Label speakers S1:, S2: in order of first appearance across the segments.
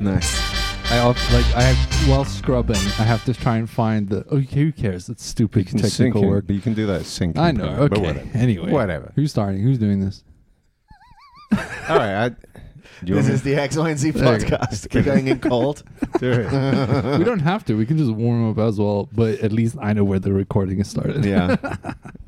S1: Nice.
S2: I off, like I have, while scrubbing, I have to try and find the. Oh, who cares? It's stupid
S1: You can sync
S2: technical
S1: in,
S2: work.
S1: but you can do that sync.
S2: I know.
S1: part,
S2: Okay.
S1: But whatever.
S2: Anyway,
S1: Whatever.
S2: Who's starting? Who's doing this?
S1: All right. I, do you
S3: This
S1: want
S3: is the X, Y, and Z
S2: There you go.
S3: podcast. Keep going in cold.
S1: me to do it?
S2: we don't have to. We can just warm up as well. But at least I know where the recording is started.
S1: Yeah.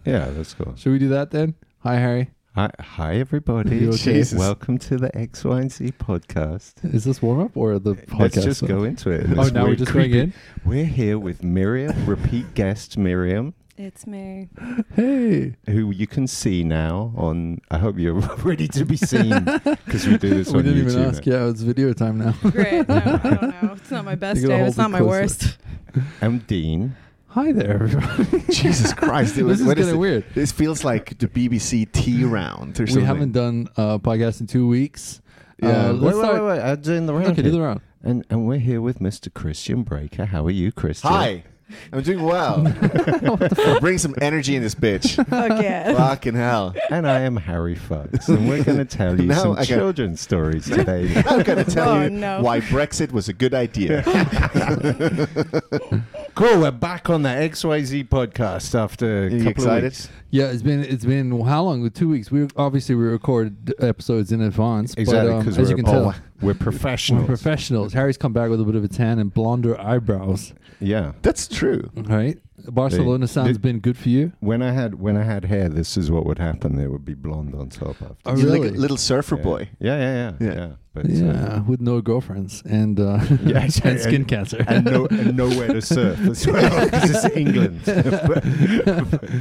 S1: Yeah, that's cool.
S2: Should we do that then? Hi, Harry.
S1: Hi, hi everybody.
S2: You okay?
S3: Jesus.
S1: Welcome to the X, Y, and Z podcast.
S2: Is this warm up or the podcast?
S1: Let's just go into it.
S2: Oh, now we're just going in.
S1: We're here with Miriam, repeat guest Miriam,
S4: It's me.
S2: Hey,
S1: who you can see now on. I hope you're ready to be seen because we do this
S2: we
S1: on
S2: didn't
S1: YouTube.
S2: even ask. Yeah, it's video time now.
S4: Great. No, I don't know. It's not my best
S2: You gotta
S4: day. but
S2: hold
S4: It's not
S2: it
S4: my
S2: closer.
S4: worst.
S1: I'm Dean.
S2: Hi there, everyone.
S3: Jesus Christ. It was-
S2: this is
S3: what
S2: kind
S3: is
S2: of
S3: it?
S2: weird.
S3: This feels like the BBC T round or
S2: We
S3: something.
S2: haven't done a podcast in two weeks.
S3: Yeah.
S2: Uh,
S1: wait,
S2: let's
S1: wait,
S2: start-
S1: wait, wait. I'm doing the round.
S2: Okay,
S1: here.
S2: do the round.
S1: And and we're here with Mr. Christian Breaker. How are you, Christian?
S3: Hi. I'm doing well. Bring some energy in this bitch.
S4: Fuck yeah.
S3: Fucking hell.
S1: And I am Harry Fox, and we're going to tell you
S3: Now
S1: some
S3: I got-
S1: children's stories today.
S3: I'm going to tell
S4: Oh,
S3: you
S4: no.
S3: why Brexit was a good idea.
S1: cool, we're back on the XYZ podcast after
S3: Are
S1: a
S3: you
S1: couple
S3: excited?
S1: of weeks.
S2: Yeah, it's been it's been how long? Two weeks. We obviously we record episodes in advance.
S1: Exactly,
S2: but, um,
S1: because
S2: as
S1: we're,
S2: you can
S1: oh,
S2: tell,
S1: we're
S2: we're
S1: professionals.
S2: professionals. Harry's come back with a bit of a tan and blonder eyebrows.
S1: yeah.
S3: That's true.
S2: Right, Barcelona
S1: Hey,
S2: sound's
S1: did-
S2: been good for you.
S1: When I had when I had hair, this is what would happen. There would be blonde on top after.
S2: Oh,
S3: You're like
S2: really?
S3: a little surfer
S1: yeah.
S3: boy.
S1: Yeah, yeah, yeah,
S3: Yeah.
S1: yeah. But uh,
S2: yeah, with no girlfriends and uh,
S1: Yeah, actually,
S2: and skin
S1: and-
S2: cancer.
S1: and, no, and nowhere to surf as well. 'cause it's England. But-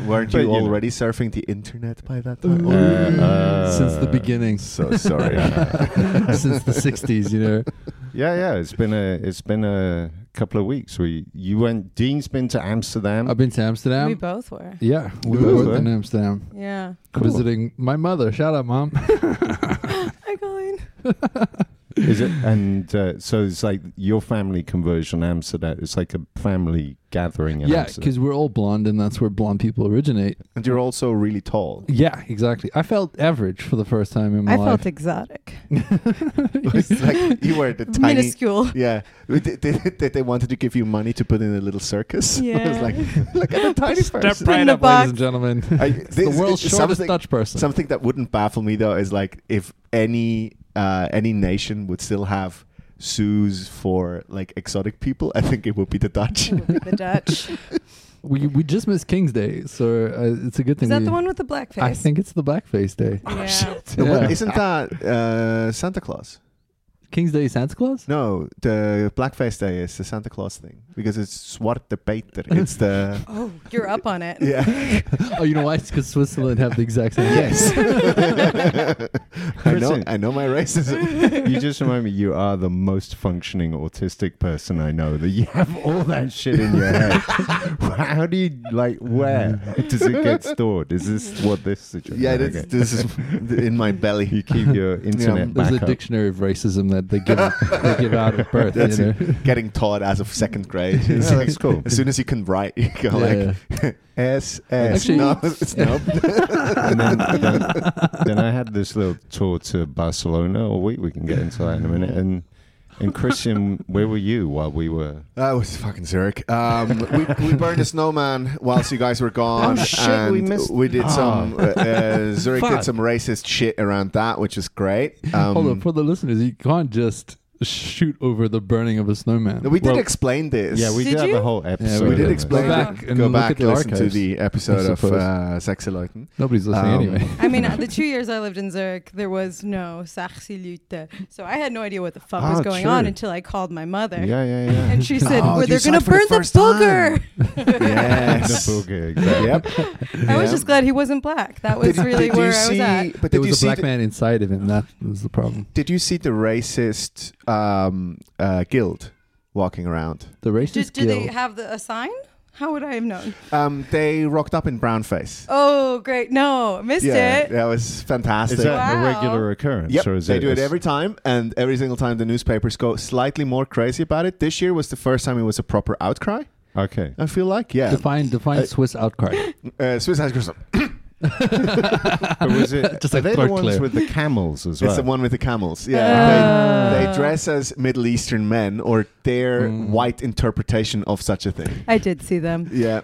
S3: Weren't
S1: but,
S3: you
S1: know.
S3: already surfing the internet by that
S2: Ooh,
S3: time?
S1: Uh, uh,
S2: since the beginning,
S3: so sorry.
S2: since the '60s, you know.
S1: Yeah, yeah. It's been a it's been a couple of weeks. We you went. Dean's been to Amsterdam.
S2: I've been to Amsterdam.
S4: We both were.
S2: yeah, we
S1: You
S2: were
S1: both
S2: both
S1: were?
S2: in Amsterdam
S4: Yeah.
S1: Cool.
S2: visiting my mother. Shout out, mom.
S4: Hi, Colleen.
S1: Is it? And uh, so it's like your family conversion Amsterdam. It's like a family gathering. In
S2: yeah,
S1: Amsterdam.
S2: because we're all blonde, and that's where blonde people originate.
S3: and you're also really tall.
S2: Yeah, exactly. I felt average for the first time in my
S4: I
S2: life.
S4: felt exotic.
S3: It's like you were the tiny.
S4: Minuscule.
S3: Yeah, they, they, they, they wanted to give you money to put in a little circus. I was
S4: Yeah.
S3: like, look at the tiny person.
S4: right in the up, ladies box.
S2: ladies and
S4: and
S2: gentlemen.
S3: I-
S2: the
S3: this-
S2: world's shortest
S3: it's something-
S2: Dutch person.
S3: Something that wouldn't baffle me though is like if any uh, any nation would still have zoos for like exotic people, I think it would be the Dutch.
S4: the Dutch.
S2: we we just missed King's Day, so uh, it's a good thing.
S4: Is that
S2: we-
S4: the one with the black face?
S2: I think it's the blackface day.
S4: Yeah.
S3: No, but
S2: Yeah.
S3: Isn't that uh, Santa Claus?
S2: King's Day, is Santa Claus.
S3: No, the Blackface Day is the Santa Claus thing because it's Zwarte Peter. It's the
S4: Oh, you're up on it.
S3: yeah.
S2: oh, you know why? It's because Switzerland have the exact same.
S3: yes. I know.
S1: Kristen.
S3: I know my racism.
S1: you just remind me. You are the most functioning autistic person I know. That you have all that shit in your head. How do you like? Where does it get stored? Is this what this situation?
S3: Yeah, this,
S1: okay.
S3: this is in my
S1: You
S3: belly.
S1: keep your internet
S2: There's
S1: back
S2: a
S1: up.
S2: dictionary of racism that they give they give out at birth.
S3: That's
S2: you know?
S3: getting taught as of second grade.
S1: Yeah, that's cool.
S3: As soon as you can write, you go
S2: Yeah.
S3: like S S.
S2: Actually-
S3: No, it's no.
S1: and then, then, then I had this little tour to Barcelona. Or we we can get into that in a minute. And and Christian, where were you while we were?
S3: That was fucking Zurich. Um, we, we burned a snowman whilst you guys were gone.
S1: Oh, shit,
S3: and
S1: we missed-
S3: We did
S1: Oh.
S3: some. Uh, uh, Zurich
S1: Fuck.
S3: did some racist shit around that, which was great. Um,
S2: Hold on, for the listeners, you can't just shoot over the burning of a snowman.
S3: no, we did
S1: Well,
S3: explain this.
S1: Yeah, we
S4: Did
S1: did, have
S4: you?
S1: a whole episode.
S3: we
S2: Sorry,
S3: did
S1: on
S2: no.
S3: explain.
S2: Go
S3: it.
S2: back and
S3: go
S2: look
S3: back
S2: at the
S3: listen to
S2: archives,
S3: the episode
S2: I
S3: of
S2: suppose.
S3: uh, Sexeloten.
S2: Nobody's listening
S3: Um,
S2: anyway.
S4: I mean, uh, the two years I lived in Zurich, there was no Sachsilute. So I had no idea what the fuck
S1: Ah,
S4: was going on
S1: true.
S4: until I called my mother.
S1: Yeah, yeah, yeah.
S4: And she said,
S3: Oh,
S4: well,
S3: you
S4: they're
S3: saw
S4: going
S3: it for
S4: to
S3: the
S4: burn the,
S3: first time."
S4: booger.
S3: Yes.
S1: The booger, exactly.
S3: yep.
S4: I was
S3: Yeah.
S4: just glad he wasn't black. That was
S3: Did-
S4: really
S3: did you
S4: where I was
S3: see-
S4: at.
S3: But
S2: there
S3: did you
S2: was a
S3: see
S2: black
S3: the-
S2: man inside of him. That was the problem.
S3: Did you see the racist um, uh, guild walking around?
S2: The racist
S4: Did, did
S2: guild.
S4: they have the, a sign? How would I have known?
S3: Um, they rocked up in brown face.
S4: Oh, great. No, missed
S3: yeah,
S4: it.
S3: that was fantastic.
S1: Is that a
S4: Wow.
S1: regular occurrence?
S3: Yep,
S1: or is
S3: they
S1: it
S3: do it
S1: a s-
S3: every time, and every single time the newspapers go slightly more crazy about it. This year was the first time it was a proper outcry.
S1: Okay.
S3: I feel like, yeah,
S2: Define define
S3: I-
S2: Swiss outcry.
S3: uh, Swiss House Crystal.
S1: Or was it?
S2: Just
S1: are
S2: like
S1: they the
S2: throat
S1: ones
S2: clear.
S1: with the camels as well?
S3: It's the one with the camels.
S4: Ah.
S3: Yeah. They, they dress as Middle Eastern men or their
S2: Mm.
S3: white interpretation of such a thing.
S4: I did see them.
S3: Yeah.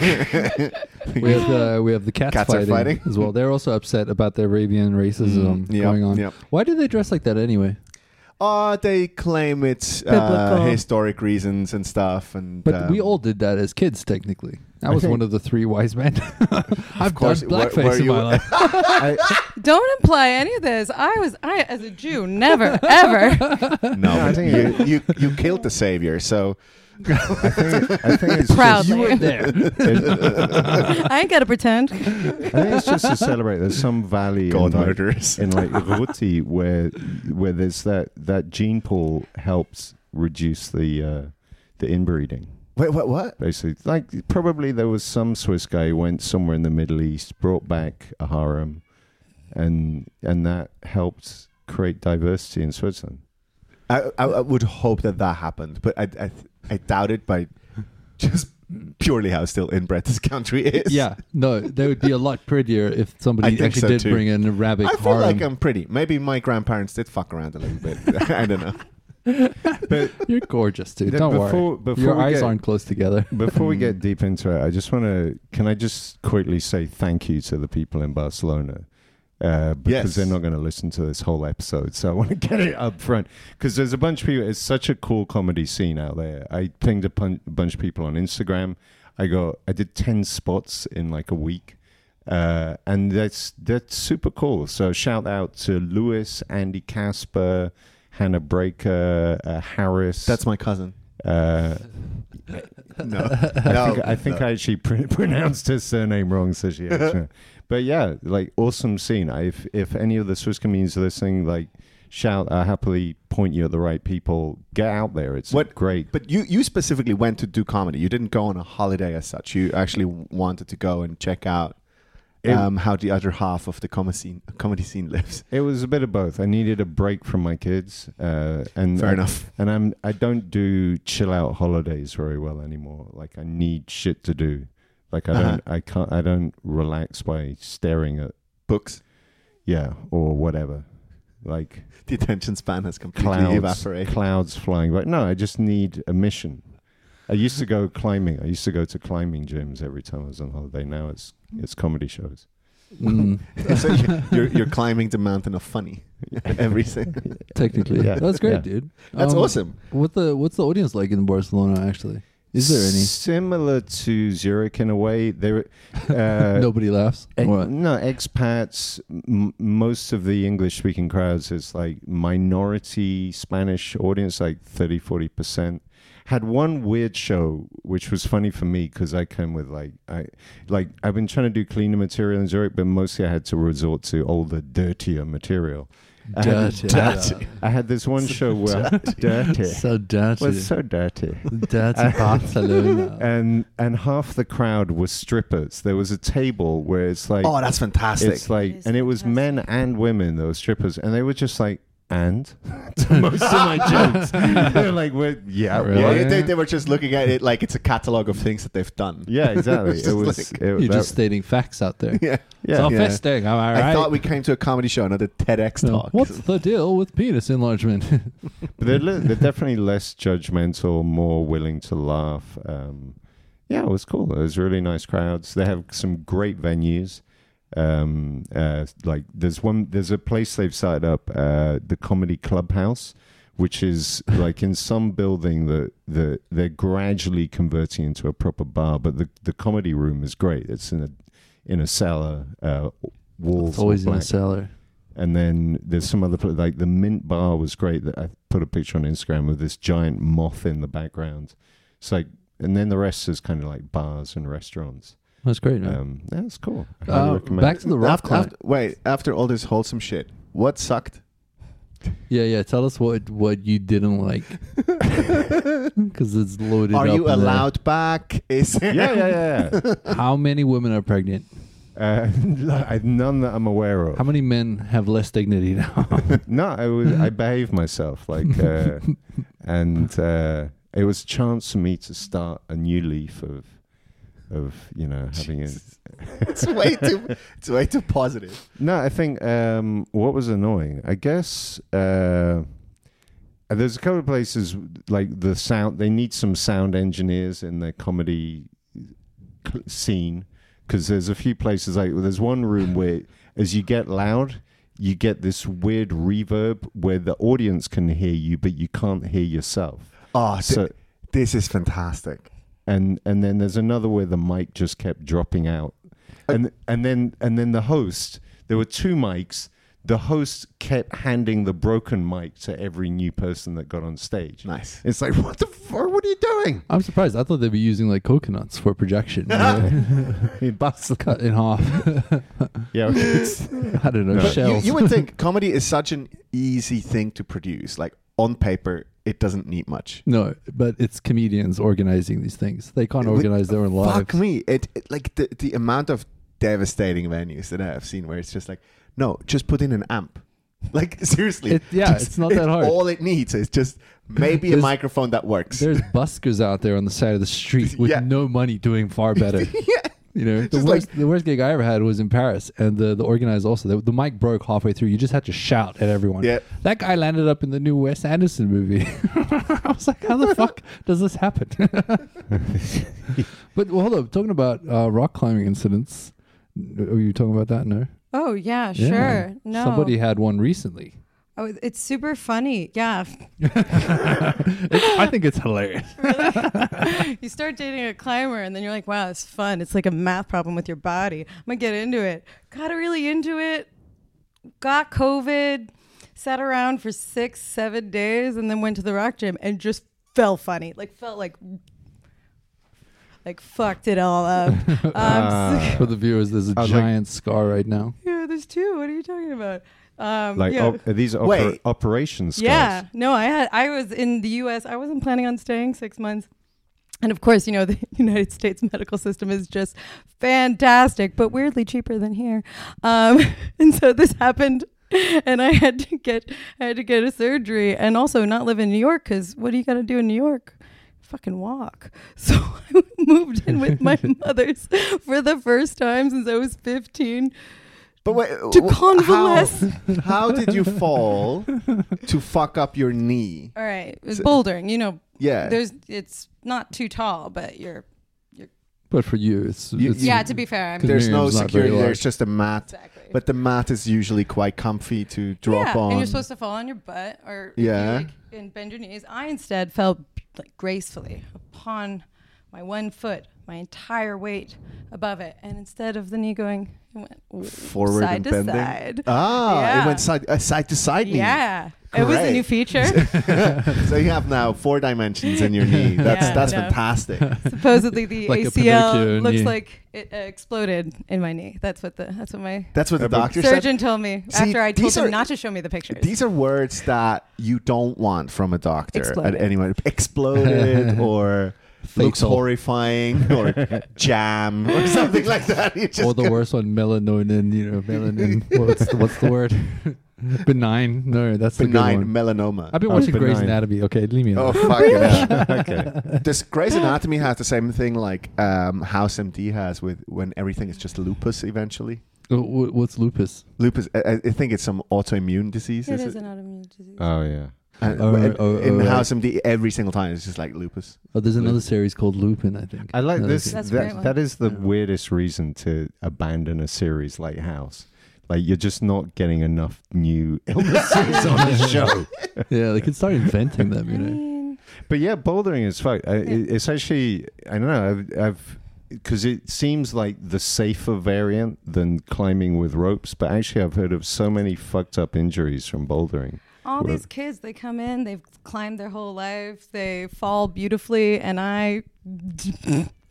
S2: we have the we have the cats,
S3: Cats are
S2: fighting,
S3: fighting.
S2: as well. They're also upset about the Arabian racism
S3: Mm, yep,
S2: going on.
S3: yep.
S2: Why do they dress like that anyway?
S3: Uh, they claim it's uh,
S4: Biblical.
S3: historic reasons and stuff. And
S2: But
S3: um,
S2: we all did that as kids, technically. I
S1: I
S2: was
S1: think-
S2: one of the three wise men. I've
S3: course,
S2: done
S3: were-
S2: blackface
S3: were
S2: in
S3: you-
S2: my life.
S1: I,
S4: Don't imply any of this. I was, I as a Jew, never, ever.
S3: No,
S1: I
S3: but
S1: think-
S3: you, you, you killed the savior. So
S1: I think, I think it's
S4: Proudly.
S1: Just,
S2: there.
S4: I ain't got to pretend.
S1: I think it's just to celebrate. There's some valley
S3: God
S1: in like,
S3: murderers.
S1: in like Ruti where where there's that that gene pool helps reduce the uh, the inbreeding.
S3: Wait, what? What?
S1: Basically, like probably there was some Swiss guy who went somewhere in the Middle East, brought back a harem, and and that helped create diversity in Switzerland.
S3: I, I, I would hope that that happened, but I, I, I doubt it by just purely how still inbred this country is.
S2: Yeah, no, they would be a lot prettier if
S3: I
S2: somebody
S3: think
S2: actually
S3: so
S2: did
S3: too.
S2: bring in a rabbit
S3: I feel like
S2: harem.
S3: I'm pretty. Maybe my grandparents did fuck around a little bit. I don't know.
S2: You're gorgeous, dude.
S1: Yeah,
S2: Don't
S1: before-
S2: worry.
S1: before
S2: Your
S1: we
S2: eyes
S1: get-
S2: aren't close together.
S1: Before we
S3: Um,
S1: get deep into it, I just want to. Can I just quickly say thank you to the people in Barcelona? Uh, because
S3: Yes.
S1: they're not going to listen to this whole episode, so I want to get it up front. Because there's a bunch of people. It's such a cool comedy scene out there. I pinged a pun- bunch of people on Instagram. I got. I did ten spots in like a week, uh, and that's that's super cool. So shout out to Lewis, Andy Casper, Hannah Breaker, uh, Harris.
S3: That's my cousin.
S1: Uh,
S3: No,
S1: I think, I, think I actually pr- pronounced her surname wrong, so she has to- But yeah, like awesome scene. I, if if any of the Swiss comedians are listening, like shout, I happily point you at the right people. Get out there. It's
S3: What-
S1: great.
S3: But you, you specifically went to do comedy. You didn't go on a holiday as such. You actually wanted to go and check out
S1: It-
S3: um, how the other half of the comedy scene, comedy scene lives.
S1: It was a bit of both. I needed a break from my kids, uh, and
S3: Fair enough.
S1: And I'm I don't do chill out holidays very well anymore. Like I need shit to do. Like I
S3: Uh-huh.
S1: don't I can't I don't relax by staring at
S3: Books.
S1: yeah or whatever. Like
S3: The attention span has completely
S1: clouds,
S3: evaporated.
S1: clouds flying by. No, I just need a mission. I used to go climbing. I used to go to climbing gyms every time I was on holiday. Now it's it's comedy shows.
S2: Mm,
S3: so you- you're, you're climbing the mountain of funny. Everything.
S2: technically,
S1: Yeah,
S2: that's great,
S1: yeah.
S2: dude.
S3: That's
S2: Um,
S3: awesome.
S2: What the what's the audience like in Barcelona? Actually, is there
S1: similar to Zurich in a way? There,
S2: any?
S1: uh,
S2: Nobody laughs.
S3: eh,
S1: ex-
S2: What?
S1: no expats. M- most of the English speaking crowds is like minority Spanish audience, like 30 40 percent. Had one weird show, which was funny for me because I came with like I like I've been trying to do cleaner material in Zurich, but mostly I had to resort to older, dirtier material. I had,
S2: Dirty.
S1: I had this one show where dirty
S2: So dirty.
S1: was so dirty.
S2: dirty Barcelona.
S1: And and half the crowd were strippers. There was a table where it's like
S3: Oh, that's fantastic.
S1: it's like,
S4: It's
S1: and it was
S4: fantastic.
S1: men and women that were strippers, and they were just like, and to most of my jokes, they're like, we're, yeah,
S2: Not
S1: what?
S2: really.
S3: yeah,
S2: Yeah.
S3: They, they were just looking at it like it's a catalog of things that they've done.
S1: yeah, exactly.
S3: It's
S1: it
S3: just
S1: was,
S3: like-
S1: it,
S2: You're
S1: that-
S2: just stating facts out there.
S3: Yeah.
S1: yeah,
S2: it's
S3: yeah.
S2: offending. Am I right?
S3: I thought we came to a comedy show, not a TEDx
S2: So,
S3: talk.
S2: What's the deal with penis enlargement?
S1: but they're, li- they're definitely less judgmental, more willing to laugh. Um, yeah, it was cool. It was really nice crowds. They have some great venues. Um, uh, like there's one, there's a place they've started up, uh, the Comedy Clubhouse, which is like in some building that that they're gradually converting into a proper bar. But the the comedy room is great. It's in a in a cellar. Uh, walls
S2: it's
S1: are
S2: always in
S1: black.
S2: the cellar.
S1: And then there's some other pla- like the mint bar was great. That I put a picture on Instagram of this giant moth in the background. It's like, and then the rest is kind of like bars and restaurants.
S2: That's great, man.
S1: Um, that's cool. I highly
S2: Uh,
S1: recommend
S2: back
S1: it.
S2: to the rock
S3: after,
S2: climb.
S3: after, wait, after all this wholesome shit, what sucked?
S2: Yeah, yeah. Tell us what what you didn't like because it's loaded.
S3: Are
S2: up
S3: you
S2: in there.
S3: allowed back? Is
S1: Yeah, yeah, yeah. yeah.
S2: How many women are pregnant?
S1: uh, like, none that I'm aware of.
S2: How many men have less dignity now?
S1: no, I was I behaved myself like, uh, and uh, it was a chance for me to start a new leaf of of you know having it.
S3: it's way too it's way too positive.
S1: No, I think um, what was annoying, I guess, uh, there's a couple of places like the sound. They need some sound engineers in their comedy c- scene because there's a few places like there's one room where as you get loud. You get this weird reverb where the audience can hear you, but you can't hear yourself.
S5: Oh, th-
S1: So-
S5: this is fantastic.
S1: and and then there's another where the mic just kept dropping out and and then and then the host there were two mics the host kept handing the broken mic to every new person that got on stage
S3: Nice.
S1: it's like what the fuck what are you doing
S2: I'm surprised. I thought they'd be using like coconuts for projection. you know?
S1: He busts the-
S2: Cut in half.
S1: yeah
S4: Um,
S1: okay.
S2: I don't know.
S1: No.
S3: You,
S2: Shells.
S3: you would think comedy is such an easy thing to produce. Like on paper, it doesn't need much.
S2: no, but it's comedians organizing these things. They can't
S3: Wait,
S2: organize their own lives.
S3: Fuck me! It, it- like the the amount of devastating venues that I have seen where it's just like, no, just put in an amp. Like seriously,
S2: It- yeah,
S3: just-
S2: it's not that hard.
S3: All it needs is just maybe a
S2: There's-
S3: microphone that works.
S2: There's buskers out there on the side of the street with
S3: Yeah.
S2: no money doing far better.
S3: yeah,
S2: You know, the
S3: Just
S2: worst, the worst gig I ever had was in Paris, and the, the organizer also, the, the mic broke halfway through. You just had to shout at everyone.
S3: Yeah.
S2: That guy landed up in the new Wes Anderson movie. I was like, how the fuck does this happen? but well, hold up, talking about uh, rock climbing incidents, were you talking about that? No?
S4: Oh yeah,
S2: Yeah.
S4: sure. No,
S2: Somebody had one recently.
S4: Oh, it's super funny. Yeah,
S2: It's- I think it's hilarious.
S4: you start dating a climber and then you're like, wow, it's fun. It's like a math problem with your body. I'm gonna get into it. Got really into it. Got COVID. Sat around for six, seven days, and then went to the rock gym and just fell funny. Like felt like. Like fucked it all up. Um,
S1: Ah.
S2: For the viewers, there's a
S1: I was like-
S2: giant scar right now.
S4: yeah, there's two. What are you talking about? Um,
S1: like oh,
S4: yeah.
S1: op- are these opera-
S3: Wait.
S1: operation scars
S4: Yeah, no, I had I was in the U.S. I wasn't planning on staying six months, and of course, you know, the United States medical system is just fantastic, but weirdly cheaper than here. Um, and so this happened, and I had to get I had to get a surgery, and also not live in New York because what do you got to do in New York? Fucking walk. So I moved in with my mother's for the first time since I was 15
S3: but wait,
S4: to
S3: wh-
S4: convalesce.
S3: How, how did you fall to fuck up your knee?
S4: All right, it was
S3: So- Uh,
S4: bouldering, you know,
S3: Yeah,
S4: there's it's not too tall, but you're
S2: But for you, it's,
S3: You-
S2: it's
S4: yeah. To be fair, I'm
S2: Could-
S3: there's no
S2: Miriam's not very
S3: security. There's
S2: large.
S3: just a mat,
S4: exactly.
S3: but the mat is usually quite comfy to drop
S4: yeah,
S3: on.
S4: and you're supposed to fall on your butt or if you,
S3: Yeah.
S4: like, and bend your knees. I instead fell like gracefully upon my one foot, my entire weight above it, and instead of the knee going, it went w-
S3: forward
S4: side
S3: and
S4: to
S3: bending.
S4: side.
S3: Ah,
S4: Yeah.
S3: it went side uh, side to side knee.
S4: yeah, it was a new
S3: Great.
S4: feature.
S3: so you have now four dimensions in your knee. That's
S4: Yeah,
S3: that's
S4: no.
S3: fantastic.
S4: Supposedly the
S2: Like a Pinocchio
S4: ACL looks
S2: knee.
S4: like it uh, exploded in my knee. That's what the that's what my
S3: That's what the
S1: Uh, but-
S3: doctor said.
S4: surgeon told me
S3: See,
S4: after I told
S3: these
S4: him
S3: are-
S4: not to show me the pictures.
S3: These are words that you don't want from a doctor
S4: Exploded.
S3: at anyone. Exploded or looks
S2: Fatal.
S3: horrifying or jam or something like that. You just
S2: or the worst one, melanonin. You know, melanin. what's, the, what's the word? benign. No, that's the
S3: benign
S2: good one. I've
S3: melanoma.
S2: been
S1: Oh,
S2: watching Grey's
S1: benign.
S2: Anatomy. Okay, leave me
S3: Oh
S2: alone.
S3: fuck yeah.
S1: okay
S3: Does Grey's Anatomy has the same thing like um, House MD has with when everything is just lupus eventually?
S2: Oh, wh- What's lupus?
S3: Lupus. I, I- I think it's some autoimmune disease.
S4: it
S3: is
S4: is an autoimmune disease.
S3: Uh,
S1: oh yeah
S3: And-
S2: Oh,
S3: and-
S2: oh,
S3: in
S2: oh,
S3: House MD, every single time it's just like lupus.
S2: Oh, there's another
S3: Lupus.
S2: series called Lupin. I think.
S1: I like
S2: No,
S1: this.
S4: That's a great
S1: That,
S4: one.
S1: that is the
S2: Yeah.
S1: weirdest reason to abandon a series like House. Like you're just not getting enough new illnesses on the show.
S2: Yeah, they could start inventing them. You
S4: I
S2: know.
S4: mean,
S1: But yeah, bouldering is fuck. I,
S4: Yeah.
S1: it- It's actually I don't know. I've, I've because it seems like the safer variant than climbing with ropes. But actually, I've heard of so many fucked up injuries from bouldering.
S4: All
S1: Well-
S4: these kids, they come in, they've climbed their whole life, they fall beautifully, and I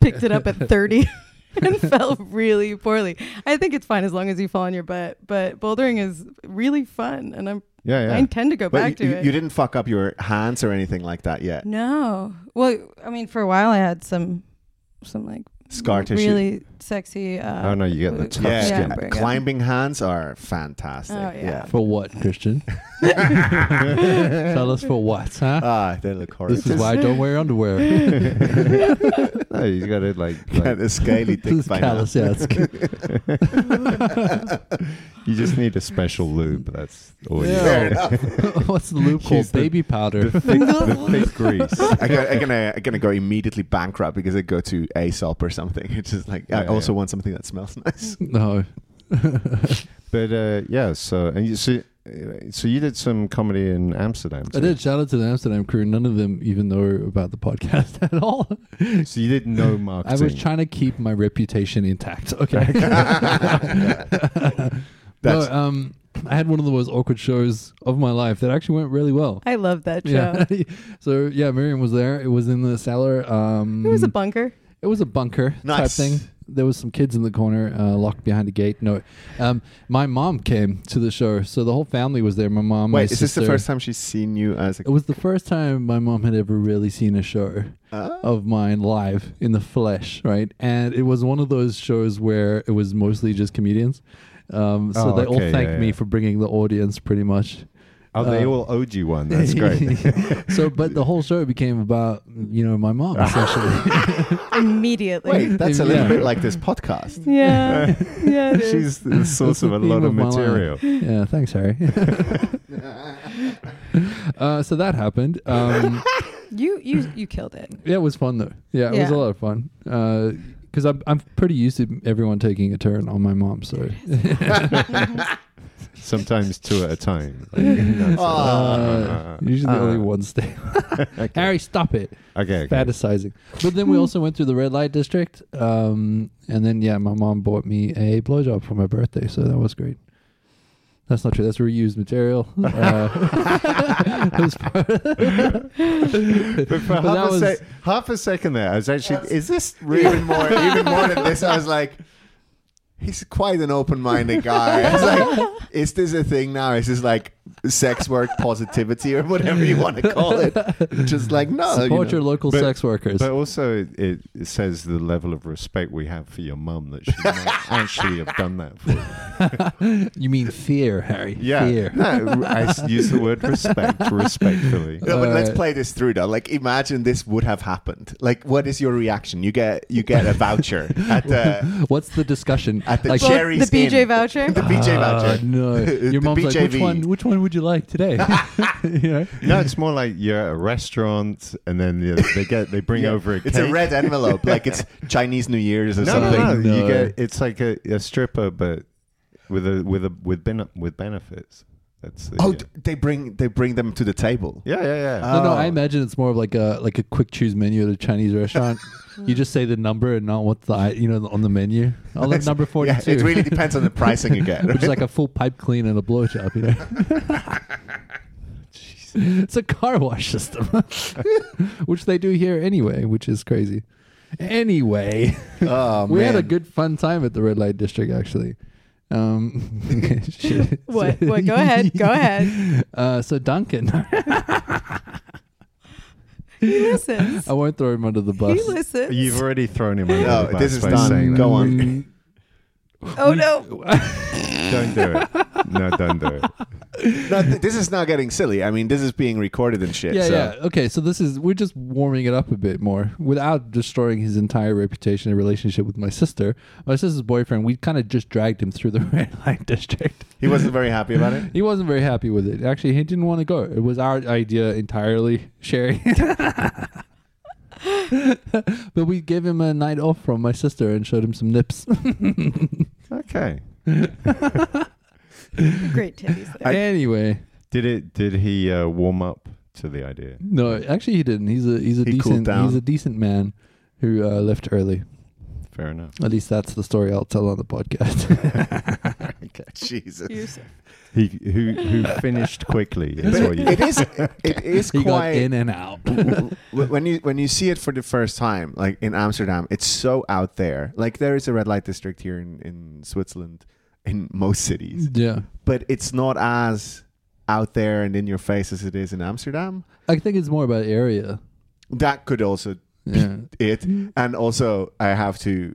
S4: picked it up at 30 and fell really poorly. I think it's fine as long as you fall on your butt, but bouldering is really fun, and I'm
S1: Yeah, yeah.
S4: I intend to go
S3: But
S4: back to
S3: you,
S4: it.
S3: you didn't fuck up your hands or anything like that yet.
S4: no, well, I mean, for a while I had some some like
S3: Scar tissue.
S4: really sexy. Uh,
S1: Oh no, you get the tough
S3: Yeah,
S1: skin.
S4: Yeah.
S3: climbing hands are fantastic.
S4: Oh, yeah.
S2: For what, Christian? Tell us for what, huh?
S3: Ah, they look horrible.
S2: this is why I don't wear underwear.
S1: No, you got to like,
S3: Yeah,
S1: like
S3: the scaly
S2: this
S3: dick
S2: is
S3: by now.
S2: callous. Yeah, it's
S1: you just need a special lube. That's all you need.
S2: Yeah.
S3: Fair enough.
S2: What's the loop called?
S1: Use the-
S2: Baby powder.
S1: The thick, the thick grease.
S3: I'm gonna, I'm gonna, I'm gonna go immediately bankrupt because I go to Aesop or something. It's just like I
S1: Yeah,
S3: also
S1: yeah.
S3: want something that smells nice.
S2: no.
S1: But uh, yeah, so and you, so uh, so you did some comedy in Amsterdam.
S2: I
S1: too.
S2: did shout out to the Amsterdam crew. None of them even know about the podcast at all.
S1: So you did no
S2: I
S1: marketing.
S2: was trying to keep my reputation intact. Okay. no, um, I had one of the most awkward shows of my life that actually went really well.
S4: I love that show.
S2: Yeah. so yeah, Miriam was there. It was in the cellar. Um,
S4: It was a bunker.
S2: It was a bunker type
S3: Nice.
S2: thing. There was some kids in the corner, uh, locked behind a gate. No, um, my mom came to the show, so the whole family was there. My mom. my
S3: Wait, is this the
S2: sister.
S3: first time she's seen you as a?
S2: It was the first time my mom had ever really seen a show
S3: Oh.
S2: of mine live in the flesh, right? And it was one of those shows where it was mostly just comedians. Um, so
S1: Oh,
S2: they all
S1: okay,
S2: thanked
S1: yeah,
S2: me
S1: yeah.
S2: for bringing the audience, pretty much.
S1: Oh, they
S2: Uh,
S1: all owed you one. That's great.
S2: so, but the whole show became about you know my mom essentially.
S4: Immediately.
S3: Wait, that's a
S2: Yeah.
S3: little bit like this podcast.
S4: Yeah. yeah. It is.
S1: She's the source
S2: the
S1: of a
S2: theme
S1: lot
S2: of
S1: of
S2: my life.
S1: material.
S2: yeah, thanks, Harry. uh, so that happened. Um,
S4: you you you killed it.
S2: yeah, it was fun though. Yeah, it was
S4: Yeah.
S2: a lot of fun. Because I'm I'm pretty used to everyone taking a turn on my mom. So
S1: Sometimes two at a time. Like, you know, so-
S2: Uh, usually
S1: uh,
S2: only one stay.
S1: okay.
S2: Harry, stop it.
S1: Ah. Okay. okay.
S2: Fantasizing. But then we also went through the red light district. Um, and then, yeah, my mom bought me a blowjob for my birthday. So that was great. That's not true. That's reused material. Uh, it was
S1: But for
S2: But that
S1: half, a
S2: was-
S1: sec half a second there, I was actually, is this
S3: Even
S1: really?
S3: more, even more than this, I was like, he's quite an open-minded guy. I was like, is this a thing now? Is this like sex work positivity or whatever you want to call it? Just like no, you
S2: support
S3: know.
S2: your local
S1: Oh, But-
S2: sex workers.
S1: But also, it, it, it says the level of respect we have for your mum that she might actually have done that for you.
S2: you mean fear, Harry?
S1: Yeah.
S2: Fear.
S1: No, I s- use the word respect respectfully.
S3: No, but let's
S2: Uh,
S3: play this through though. Like, imagine this would have happened. Like, what is your reaction? You get you get a voucher at the
S2: What's the discussion?
S3: at the
S2: Like-
S4: Well,
S3: Sherry's
S4: the BJ
S3: Inn.
S4: voucher?
S3: The BJ
S2: Ah,
S3: voucher.
S2: no. Your
S3: The
S2: mom's like, which
S3: BJV.
S2: one, which one would you like today? you know?
S1: No, it's more like you're at a restaurant, and then the, they get they bring
S3: Yeah.
S1: over a cake.
S3: It's a red envelope, like it's Chinese New Year's or
S1: No, no,
S3: something.
S1: no,
S2: No.
S1: You get it's like a, a stripper, but with a with a with ben, with benefits. That's the,
S3: Oh,
S1: yeah.
S3: d- they bring they bring them to the table.
S1: yeah, yeah, yeah.
S2: No, no, I
S3: Oh.
S2: imagine it's more of like a like a quick choose menu at a Chinese restaurant. you just say the number and not what's the i- you know on the menu. I'll have number forty
S3: Yeah,
S2: two.
S3: it really depends on the pricing you get.
S2: Which is
S3: right?
S2: like a full pipe clean and a blowjob, you know. it's a car wash system, which they do here anyway, which is crazy. Anyway,
S3: oh,
S2: we had a
S3: man.
S2: good fun time at the red light district actually. Um, shit.
S4: What? What? Go ahead. Go ahead.
S2: Uh, so Duncan,
S4: He listens.
S2: I won't throw him under the
S4: He
S2: bus. Um,
S4: listens.
S1: You've already thrown him under
S3: Uh, No,
S1: the bus
S3: this is
S1: by
S3: done.
S1: saying
S3: Go
S1: that.
S3: on.
S2: mm,
S4: oh no.
S1: Don't do it. No, don't do it.
S3: No, th- this is not getting silly. I mean, this is being recorded and shit.
S2: Yeah,
S3: so.
S2: yeah. Okay, so this is we're just warming it up a bit more without destroying his entire reputation and relationship with my sister. My sister's boyfriend, we kind of just dragged him through the red light district.
S3: He wasn't very happy about it.
S2: He wasn't very happy with it. Actually, he didn't want to go. It was our idea entirely, Sherry. but we gave him a night off from my sister and showed him some nips.
S1: Okay.
S4: Great titties. there.
S2: anyway,
S1: Did it? Did he uh, warm up to the idea?
S2: no, actually he didn't. He's a he's a
S3: He cooled
S2: decent
S3: down.
S2: he's a decent man who uh, left early.
S1: Fair enough.
S2: At least that's the story I'll tell on the podcast.
S3: Jesus.
S4: You're so-
S1: He who who finished quickly. Is
S3: But
S1: what you
S3: it is it is
S2: he got
S3: quite
S2: in and out.
S3: w- w- when you when you see it for the first time, like in Amsterdam, it's so out there. Like there is a red light district here in, in Switzerland, in most cities,
S2: yeah,
S3: but it's not as out there and in your face as it is in Amsterdam.
S2: I think it's more about area.
S3: That could also
S2: Yeah,
S3: it, and also I have to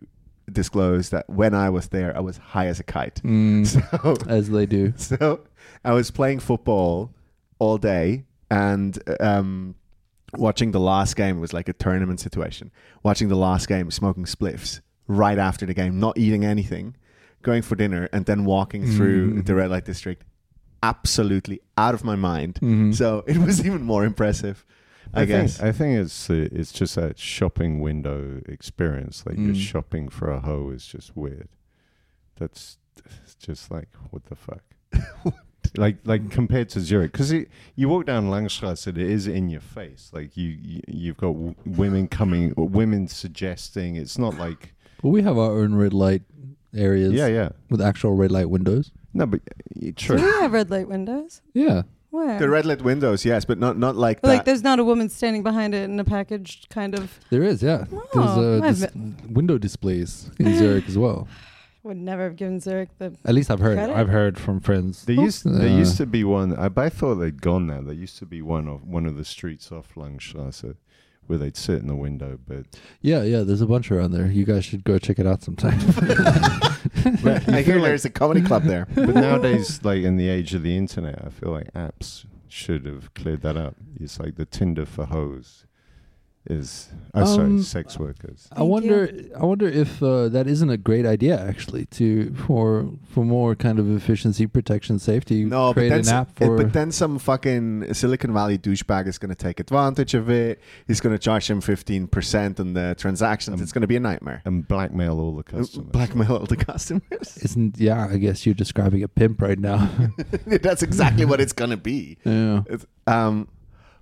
S3: disclose that when I was there, I was high as a kite.
S2: Mm,
S3: So
S2: as they do.
S3: so I was playing football all day and um, watching the last game was like a tournament situation. Watching the last game, smoking spliffs right after the game, not eating anything, going for dinner, and then walking through
S2: Mm.
S3: the red light district, absolutely out of my mind.
S2: Mhm.
S3: So it was even more impressive, I,
S1: I
S3: guess.
S1: Think, I think it's uh, it's just that shopping window experience. Like
S2: Mm.
S1: just shopping for a hoe is just weird. That's it's just like what the fuck. like like compared to Zurich, because you walk down Langstrasse, it is in your face. Like you, you you've got w- women coming, women suggesting. It's not like
S2: Well, we have our own red light areas.
S1: yeah yeah
S2: With actual red light windows.
S1: no, but uh,
S4: Do
S1: true.
S4: we have red light windows?
S2: Yeah.
S4: Where?
S3: the red lit windows, yes, but not, not like
S4: like,
S3: that.
S4: there's not a woman standing behind it in a packaged kind of.
S2: There is, yeah.
S4: Oh, I've
S2: There's uh, dis- window displays in Zurich as well.
S4: Would never have given Zurich the.
S2: At least I've heard.
S4: Credit?
S2: I've heard from friends.
S1: There used there
S2: Uh,
S1: used to be one. I, but I thought they'd gone now. There used to be one of one of the streets off Langstrasse where they'd sit in the window, but
S2: Yeah, yeah. There's a bunch around there. You guys should go check it out sometime.
S3: I hear there's a comedy club there.
S1: But nowadays, like in the age of the internet, I feel like apps should have cleared that up. It's like the Tinder for hoes is, oh,
S2: Um,
S1: sorry, sex workers.
S2: I
S4: Thank
S2: wonder. I wonder if uh, that isn't a great idea actually to for for more kind of efficiency, protection, safety.
S3: No, but
S2: create
S3: then,
S2: an
S3: s-
S2: app for.
S3: but then some fucking Silicon Valley douchebag is going to take advantage of it. He's going to charge him 15% on the transactions.
S1: Um,
S3: it's going to be a nightmare.
S1: And blackmail all
S3: Uh,
S1: the customers.
S3: Blackmail all the customers.
S2: isn't yeah? I guess you're describing a pimp right now.
S3: That's exactly what it's going to be.
S2: yeah.
S3: It's, um,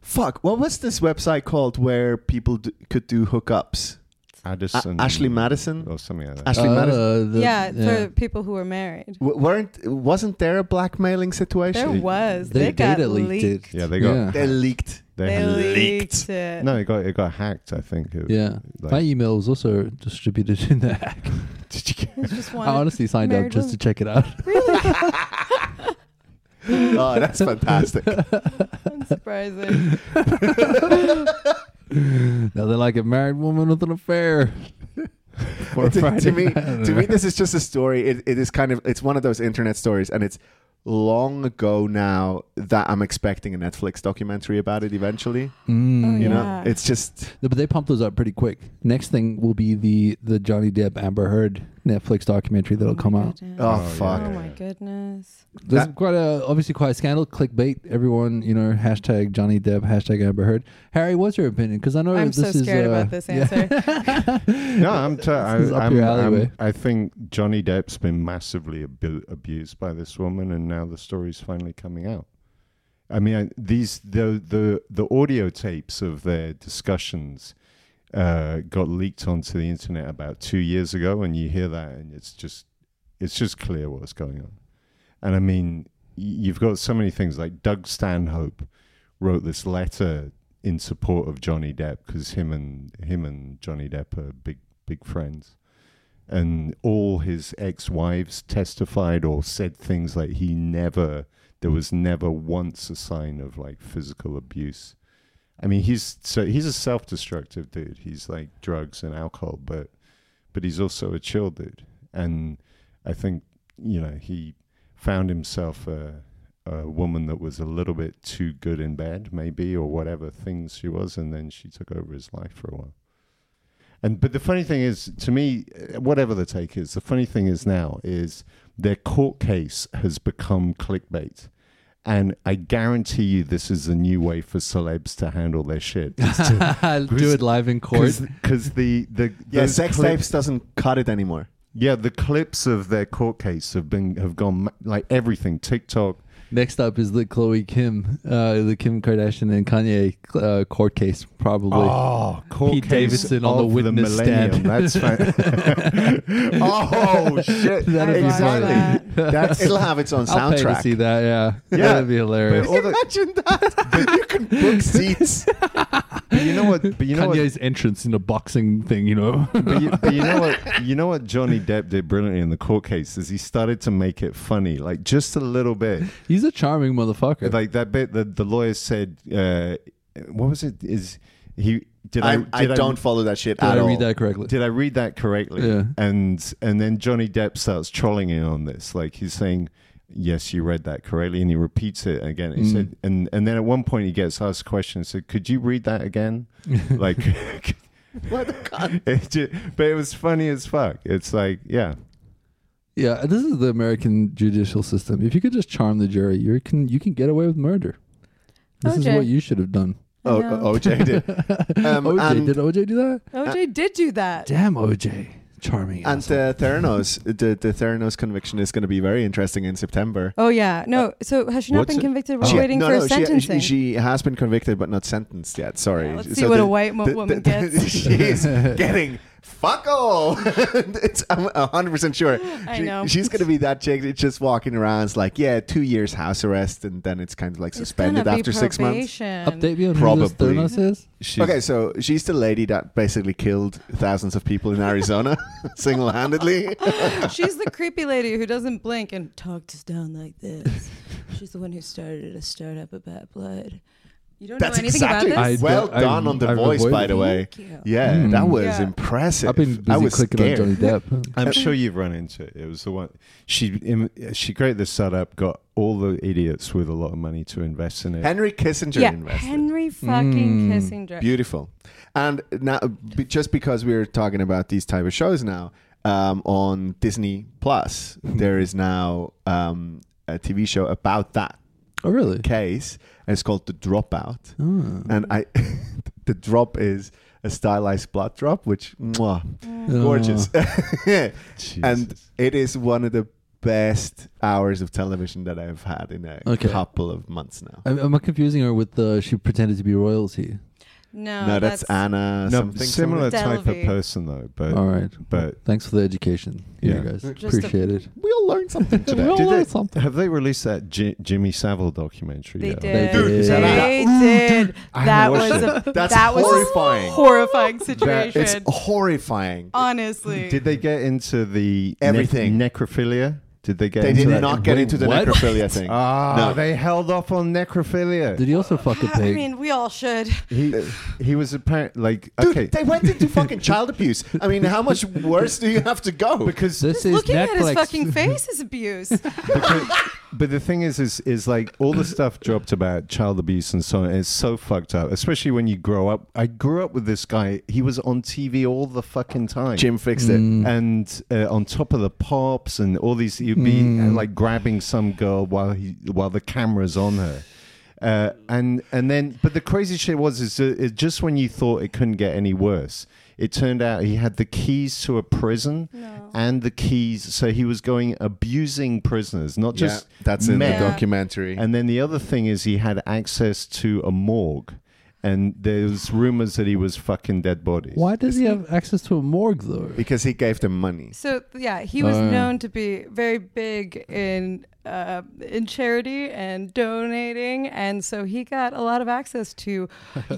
S3: fuck, what was this website called where people d- could do hookups? A-
S1: Addison.
S3: uh, Ashley Madison?
S1: Or something like that.
S3: Ashley Madison?
S2: Uh, the-
S4: yeah, for people who are married.
S3: W- weren't, wasn't there a blackmailing
S4: There
S3: situation?
S4: was.
S2: Their
S4: They, got
S2: data leaked
S4: leaked.
S2: it.
S1: yeah, they got.
S2: Yeah.
S3: they leaked.
S1: They
S4: They
S1: had-
S4: leaked,
S3: leaked.
S4: it.
S1: no, it got it got hacked. I think. It,
S2: Yeah.
S1: like-
S2: My email was also distributed in the hack.
S1: Did you get-
S4: It's just
S2: I
S4: one.
S2: honestly signed up
S4: married
S2: just to check it out.
S3: Oh, that's fantastic.
S4: Unsurprising.
S2: Nothing like a married woman with an affair. For
S3: to,
S2: Friday
S3: to me,
S2: night.
S3: to me, this is just a story. It, it is kind of it's one of those internet stories, and it's long ago now that I'm expecting a Netflix documentary about it eventually.
S2: Mm.
S4: Oh,
S3: You know,
S4: Yeah.
S3: it's just
S2: No, but they pump those up pretty quick. Next thing will be the the Johnny Depp Amber Heard Netflix documentary that'll come out.
S3: oh,
S1: Oh, yeah.
S3: fuck.
S4: Oh my goodness.
S2: There's
S3: That-
S2: quite a obviously quite a scandal, clickbait. Everyone, you know, hashtag Johnny Depp, hashtag Amber Heard. Harry, what's your opinion? Because I know
S4: I'm
S2: this
S4: so
S2: is,
S4: scared
S2: uh,
S4: about this
S2: yeah.
S4: answer.
S1: no, I'm. T- I,
S2: This is up
S1: I'm,
S2: your
S1: I'm-
S2: alleyway.
S1: I think Johnny Depp's been massively abu- abused by this woman, and now the story's finally coming out. I mean, I, these the the the audio tapes of their discussions uh, got leaked onto the internet about two years ago, and you hear that, and it's just it's just clear what's going on. And I mean, y- you've got so many things like Doug Stanhope wrote this letter in support of Johnny Depp because him and him and Johnny Depp are big big friends, and all his ex wives testified or said things like he never there was never once a sign of like physical abuse. I mean, he's so he's a self destructive dude. He's like drugs and alcohol, but but he's also a chill dude, and I think you know he found himself a a woman that was a little bit too good in bed, maybe, or whatever things she was, and then she took over his life for a while. And but the funny thing is, to me, uh, whatever the take is, the funny thing is now is their court case has become clickbait. And I guarantee you, this is a new way for celebs to handle their shit.
S2: Do it live in court.
S1: Because the, the
S3: yeah.
S1: those
S3: Sex
S1: clips-
S3: tapes doesn't cut it anymore.
S1: Yeah, the clips of their court case have been have gone ma- like everything TikTok,
S2: Next up is the Chloe Kim, uh, the Kim Kardashian and Kanye uh, court case, probably.
S1: Oh, court
S2: Pete
S1: case
S2: Davidson on the
S1: of
S2: witness
S1: millennium.
S2: stand.
S1: That's fine. oh shit!
S2: That
S4: is
S1: exactly.
S4: funny.
S1: That's
S3: It'll have its own
S2: I'll pay to
S3: soundtrack.
S2: see that. Yeah,
S1: Yeah.
S2: that'd be hilarious.
S1: But all the-
S3: Imagine that you can book seats.
S1: but you know what? But you know what?
S2: Kanye's entrance in a boxing thing, you know.
S1: But you, but you know what? You know what? Johnny Depp did brilliantly in the court case is he started to make it funny, like just a little bit.
S2: He's a charming motherfucker.
S1: Like that bit that the lawyer said, uh, what was it? Is he Did
S3: I, I,
S1: did
S3: don't follow that shit
S2: Did
S3: at
S2: I
S3: all.
S2: read that correctly?
S1: Did I read that correctly?
S2: Yeah.
S1: And and then Johnny Depp starts trolling him on this. Like he's saying, Yes, you read that correctly, and he repeats it again. He
S2: Mm.
S1: said and, and then at one point he gets asked a question, so could you read that again? like
S3: What the cunt?
S1: it ju- but it was funny as fuck. It's like, yeah.
S2: yeah, this is the American judicial system. If you could just charm the jury, you can you can get away with murder. This is
S4: OJ.
S2: what you should have done.
S3: Oh,
S4: I know.
S3: OJ did. Um,
S2: OJ
S3: and-
S2: did OJ do that?
S3: Uh,
S4: OJ did do that.
S2: Damn OJ, charming.
S3: And
S2: asshole.
S3: the Theranos, the, the Theranos conviction is going to be very interesting in September.
S4: Oh yeah, no. So has she not
S1: what's
S4: been
S1: it-
S4: convicted? We're
S3: Uh, She-
S4: waiting
S3: no,
S4: for
S3: no, she-
S4: sentencing.
S3: She, has been convicted but not sentenced yet. Sorry.
S4: Yeah, let's
S3: So
S4: see what
S3: the-
S4: a white mo-
S3: the- the-
S4: woman gets.
S3: she's getting fuck all. it's, I'm 100% sure.
S4: I
S3: She-
S4: know.
S3: She's going to be that chick that's just walking around. It's like, yeah, two years house arrest and then it's kind of like
S4: It's
S3: suspended
S4: gonna be
S3: after six months.
S4: probation.
S2: Update me on who this
S3: Probably.
S2: Theranos is.
S1: She's,
S3: okay, so she's the lady that basically killed thousands of people in Arizona single handedly.
S4: She's the creepy lady who doesn't blink and talks down like this. She's the one who started a startup about blood. You don't
S3: That's
S4: know anything
S3: exactly
S4: about
S2: I-
S4: this.
S3: well
S2: I-
S3: done on the
S2: I
S3: voice, by
S2: avoided
S3: the
S2: it.
S3: way.
S4: Thank you.
S3: Yeah,
S2: Hmm.
S3: that was
S4: Yeah.
S3: impressive.
S2: I've been busy
S3: I was
S2: clicking
S3: scared.
S2: on Johnny Depp.
S1: I'm sure you've run into it. It was the one she im- she created this setup, got all the idiots with a lot of money to invest in it.
S3: Henry Kissinger
S4: yeah,
S3: invested.
S4: Henry
S2: Mm.
S4: fucking Kissinger.
S3: Beautiful. And now, be- just because we're talking about these type of shows now, um, on Disney Plus, there is now um, a TV show about that
S2: Oh really?
S3: case, and it's called The Dropout.
S2: Oh.
S3: And I, the drop is a stylized blood drop, which mwah,
S4: Mm.
S2: Oh.
S3: gorgeous.
S1: Jesus.
S3: and it is one of the best hours of television that I've had in a
S2: Okay.
S3: couple of months now.
S2: Am, am I confusing her with the she pretended to be royalty?
S4: No,
S3: No, that's, Anna.
S1: no,
S3: something
S1: similar
S3: something.
S1: type
S4: Delvey.
S1: of person though, but
S2: All right.
S1: but
S2: Thanks for the education, yeah.
S1: Yeah.
S2: you guys.
S4: Just a-
S2: Appreciate it.
S3: We all learned something today.
S2: Well,
S1: Did they-
S2: that's something.
S1: Have they released that Ji- Jimmy Savile documentary?
S4: They
S1: yet?
S4: did.
S2: Dude, is that
S4: they
S3: out?
S4: did.
S1: I
S4: That
S1: haven't
S4: was
S1: watched
S4: a,
S3: That's
S4: that was
S3: horrifying.
S4: a horrifying
S3: That-
S4: situation.
S3: it's horrifying.
S4: Honestly,
S1: Did they get into the ne-
S3: Everything.
S1: necrophilia? Did they get?
S3: they
S1: into
S3: did
S1: that?
S3: not get into the
S2: what?
S3: necrophilia thing.
S1: Ah,
S3: No.
S1: they held off on necrophilia.
S2: Did he also fuck a
S4: I
S2: pig?
S4: mean, we all should.
S1: he he was apparently like
S3: Dude,
S1: okay
S3: they went into fucking child abuse. I mean, how much worse do you have to go?
S1: because
S2: this is
S4: Looking at
S2: Netflix.
S4: his fucking face is abuse.
S1: because, but the thing is, is is like all the stuff dropped about child abuse and so on. It's so fucked up, especially when you grow up. I grew up with this guy. He was on TV all the fucking time.
S3: Jim fixed it.
S1: And uh, on top of the pops and all these, you'd be uh,
S3: Mm.
S1: like grabbing some girl while he while the camera's on her. Uh, and and then, but the crazy shit was is uh, it just when you thought it couldn't get any worse, it turned out he had the keys to a prison and the keys, so he was going abusing prisoners, not just
S3: yeah, that's in
S1: men.
S3: the documentary.
S1: And then the other thing is he had access to a morgue, and there's rumors that he was fucking dead bodies.
S2: Why does he have access to a morgue though?
S3: because he gave them money.
S4: So yeah, he was
S2: Oh, yeah.
S4: known to be very big in uh, in charity and donating, and so he got a lot of access to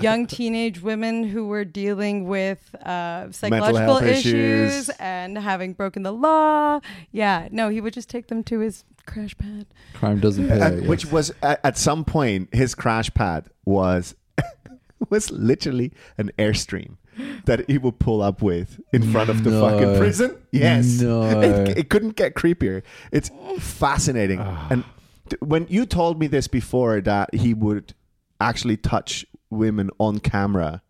S4: young teenage women who were dealing with uh, psychological
S3: health
S4: issues,
S3: issues.
S4: and having broken the law. Yeah, no, he would just take them to his crash pad.
S2: Crime doesn't pay. I
S3: At-
S2: guess.
S3: which was at, at some point his crash pad was was literally an airstream that he would pull up with in front of the
S2: No.
S3: fucking prison. Yes,
S2: No.
S3: it, it couldn't get creepier. It's fascinating. and th- when you told me this before that he would actually touch women on camera.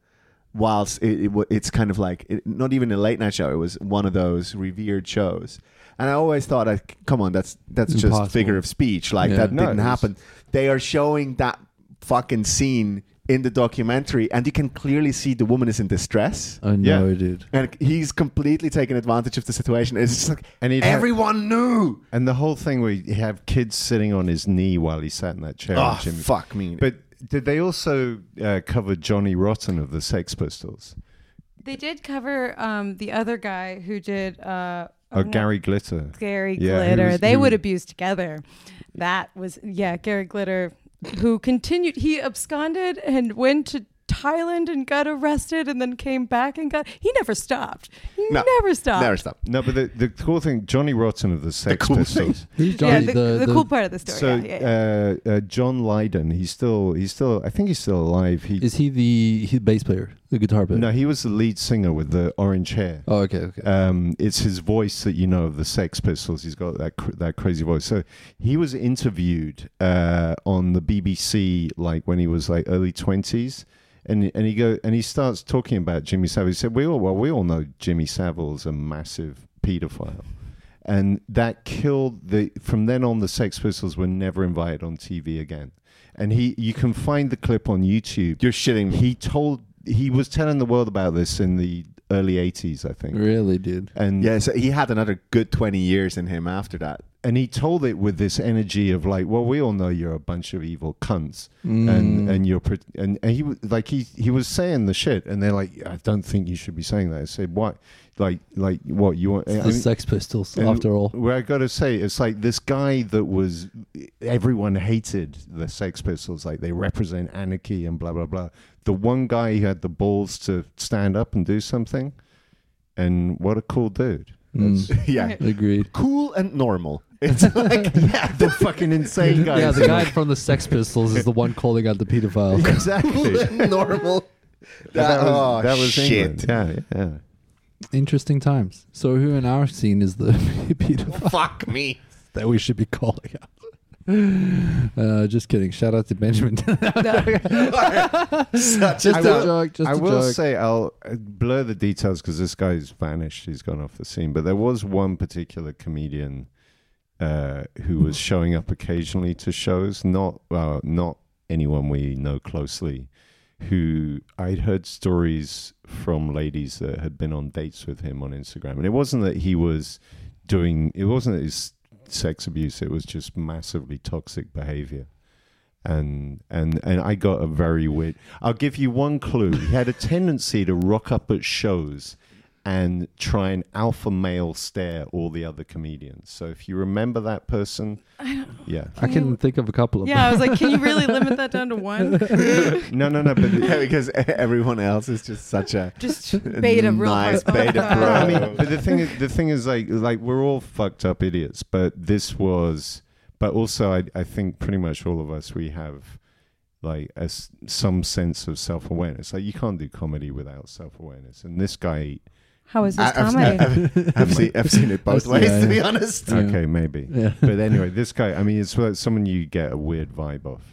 S3: Whilst it, it, wa- it's kind of like it, not even a late night show, it was one of those revered shows, and I always thought, like, "Come on, that's that's
S2: Impossible.
S3: just figure of speech. Like
S2: Yeah.
S3: that
S1: No,
S3: didn't
S1: it was-
S3: happen. They are showing that fucking scene in the documentary, and you can clearly see the woman is in distress.
S2: I know,
S1: Yeah.
S2: dude.
S3: And he's completely taking advantage of the situation. It's just like
S1: And he'd have-
S3: everyone knew.
S1: And the whole thing where you have kids sitting on his knee while he sat in that chair.
S3: Oh,
S1: Jimmy.
S3: fuck me.
S1: But did they also uh, cover Johnny Rotten of the Sex Pistols?
S4: They did cover um, the other guy who did. Uh,
S1: Oh,
S4: no,
S1: Gary Glitter.
S4: Gary
S1: Yeah, he
S4: Glitter.
S1: was-
S4: they
S1: he
S4: would
S1: was-
S4: abuse together. That was yeah, Gary Glitter, who continued. He absconded and went to Thailand and got arrested and then came back and got. He never stopped. He
S3: No,
S4: never stopped.
S3: Never stop.
S1: No, but the, the cool thing, Johnny Rotten of the Sex
S3: cool
S1: Pistols.
S2: Who's
S4: Yeah,
S2: Johnny?
S4: the, the, cool part of the story.
S1: So
S4: yeah, yeah, yeah.
S1: Uh, uh, John Lydon, he's still he's still I think he's still alive. He
S2: Is he the he bass player, the guitar player?
S1: no, he was the lead singer with the orange hair.
S2: Oh, okay, okay.
S1: Um, it's his voice that you know of the Sex Pistols. He's got that cr- that crazy voice. So he was interviewed uh, on the BBC like when he was like early twenties, and and he go and he starts talking about Jimmy Savile. He said, "We all well, we all know Jimmy Savile's a massive paedophile." And that killed the. From then on, the Sex Pistols were never invited on TV again. And he, you can find the clip on YouTube.
S3: You're shitting me.
S1: He told, he was telling the world about this in the early '80s, I think.
S2: really, dude.
S1: And
S3: Yeah, so he had another good 20 years in him after that.
S1: and he told it with this energy of like, well, we all know you're a bunch of evil cunts,
S2: Mm.
S1: and and you're pre- and, and he w- like he he was saying the shit, and they're like, I don't think you should be saying that. I said, what, like like what you want?
S2: It's
S1: I
S2: the
S1: mean-
S2: Sex Pistols,
S1: and
S2: after all.
S1: Where I got to say, it's like this guy that was everyone hated the Sex Pistols, like they represent anarchy and blah blah blah. The one guy who had the balls to stand up and do something, and what a cool dude.
S2: Mm.
S1: That's-
S3: yeah.
S2: Agreed.
S3: Cool and normal. It's like, yeah,
S1: the fucking insane guy.
S2: Yeah, the guy from the Sex Pistols is the one calling out the pedophile.
S1: exactly.
S3: cool
S1: that,
S3: and normal.
S1: was,
S3: oh,
S1: that was
S3: shit.
S1: England. Yeah, yeah.
S2: Interesting times. So, who in our scene is the pedophile
S3: Fuck me.
S2: that we should be calling out? Uh, just kidding. Shout out to Benjamin.
S3: Such
S2: just
S3: a
S2: a
S3: dumb-
S2: joke. Just
S1: I
S2: a
S1: will
S2: joke.
S1: say I'll uh, blur the details because this guy's vanished. He's gone off the scene. But there was one particular comedian uh, who was showing up occasionally to shows. Not well, not anyone we know closely. Who I'd heard stories from ladies that had been on dates with him on Instagram, and it wasn't that he was doing. It wasn't his sex abuse. It was just massively toxic behavior. and and and I got a very weird. I'll give you one clue. He had a tendency to rock up at shows and try and alpha male stare all the other comedians. So if you remember that person, yeah,
S2: I can think of a couple of
S4: yeah, I was like, can you really limit that down to one?
S1: no, no, no, but.
S3: yeah, because everyone else is just such a
S4: Just beta, real
S3: nice
S4: hard.
S3: beta bro.
S1: I mean, but the thing is, the thing is, like, like we're all fucked up idiots. But this was, but also, I, I think pretty much all of us we have, like, a s some sense of self awareness. Like, you can't do comedy without self awareness. And this guy,
S4: How is this
S3: I- I've,
S4: comedy?
S3: I've- I've seen, I've seen it both
S2: Yeah,
S3: ways, to be
S2: yeah.
S3: honest.
S2: Yeah.
S1: okay, maybe.
S2: Yeah.
S1: but anyway, this guy, I mean, it's like someone you get a weird vibe off,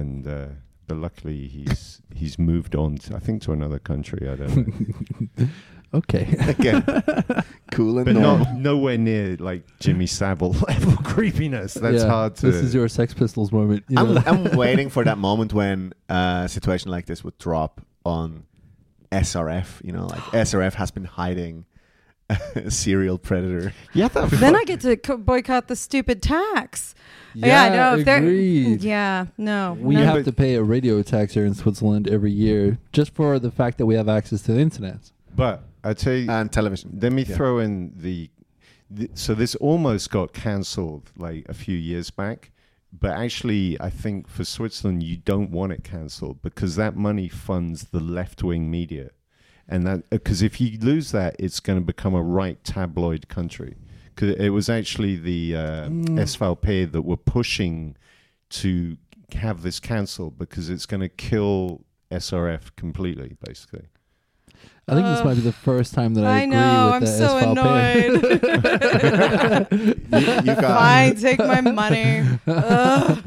S1: and uh, but luckily he's he's moved on. To, I think to another country. I don't know,
S2: okay.
S3: Again, cool and
S1: but
S3: normal.
S1: not nowhere near like Jimmy Savile level creepiness. That's
S2: Yeah,
S1: hard to.
S2: This is your Sex Pistols moment. you
S3: I'm,
S2: know?
S3: I'm waiting for that moment when uh, a situation like this would drop on SRF. You know, like SRF has been hiding a serial predator.
S1: yeah, that
S4: then I get to co- boycott the stupid tax. Yeah, no, if they're
S2: agreed.
S4: yeah, no,
S2: We
S4: no.
S1: Yeah,
S2: have
S1: but-
S2: to pay a radio tax here in Switzerland every year just for the fact that we have access to the internet.
S1: But I tell you,
S3: And television.
S1: let me
S3: Yeah.
S1: throw in the, the. So this almost got cancelled like a few years back. But actually, I think for Switzerland, you don't want it cancelled because that money funds the left wing media. And that, because if you lose that, it's going to become a right tabloid country. 'Cause it was actually the uh,
S3: Mm.
S1: SVP that were pushing to have this cancelled because it's going to kill SRF completely, basically.
S2: I think this
S4: Uh,
S2: might be the first time that I,
S4: I
S2: agree
S4: know.
S2: with
S4: I'm
S2: the
S4: so
S2: SVP.
S4: annoyed.
S3: You, you got
S4: Fine, take my money. Ugh,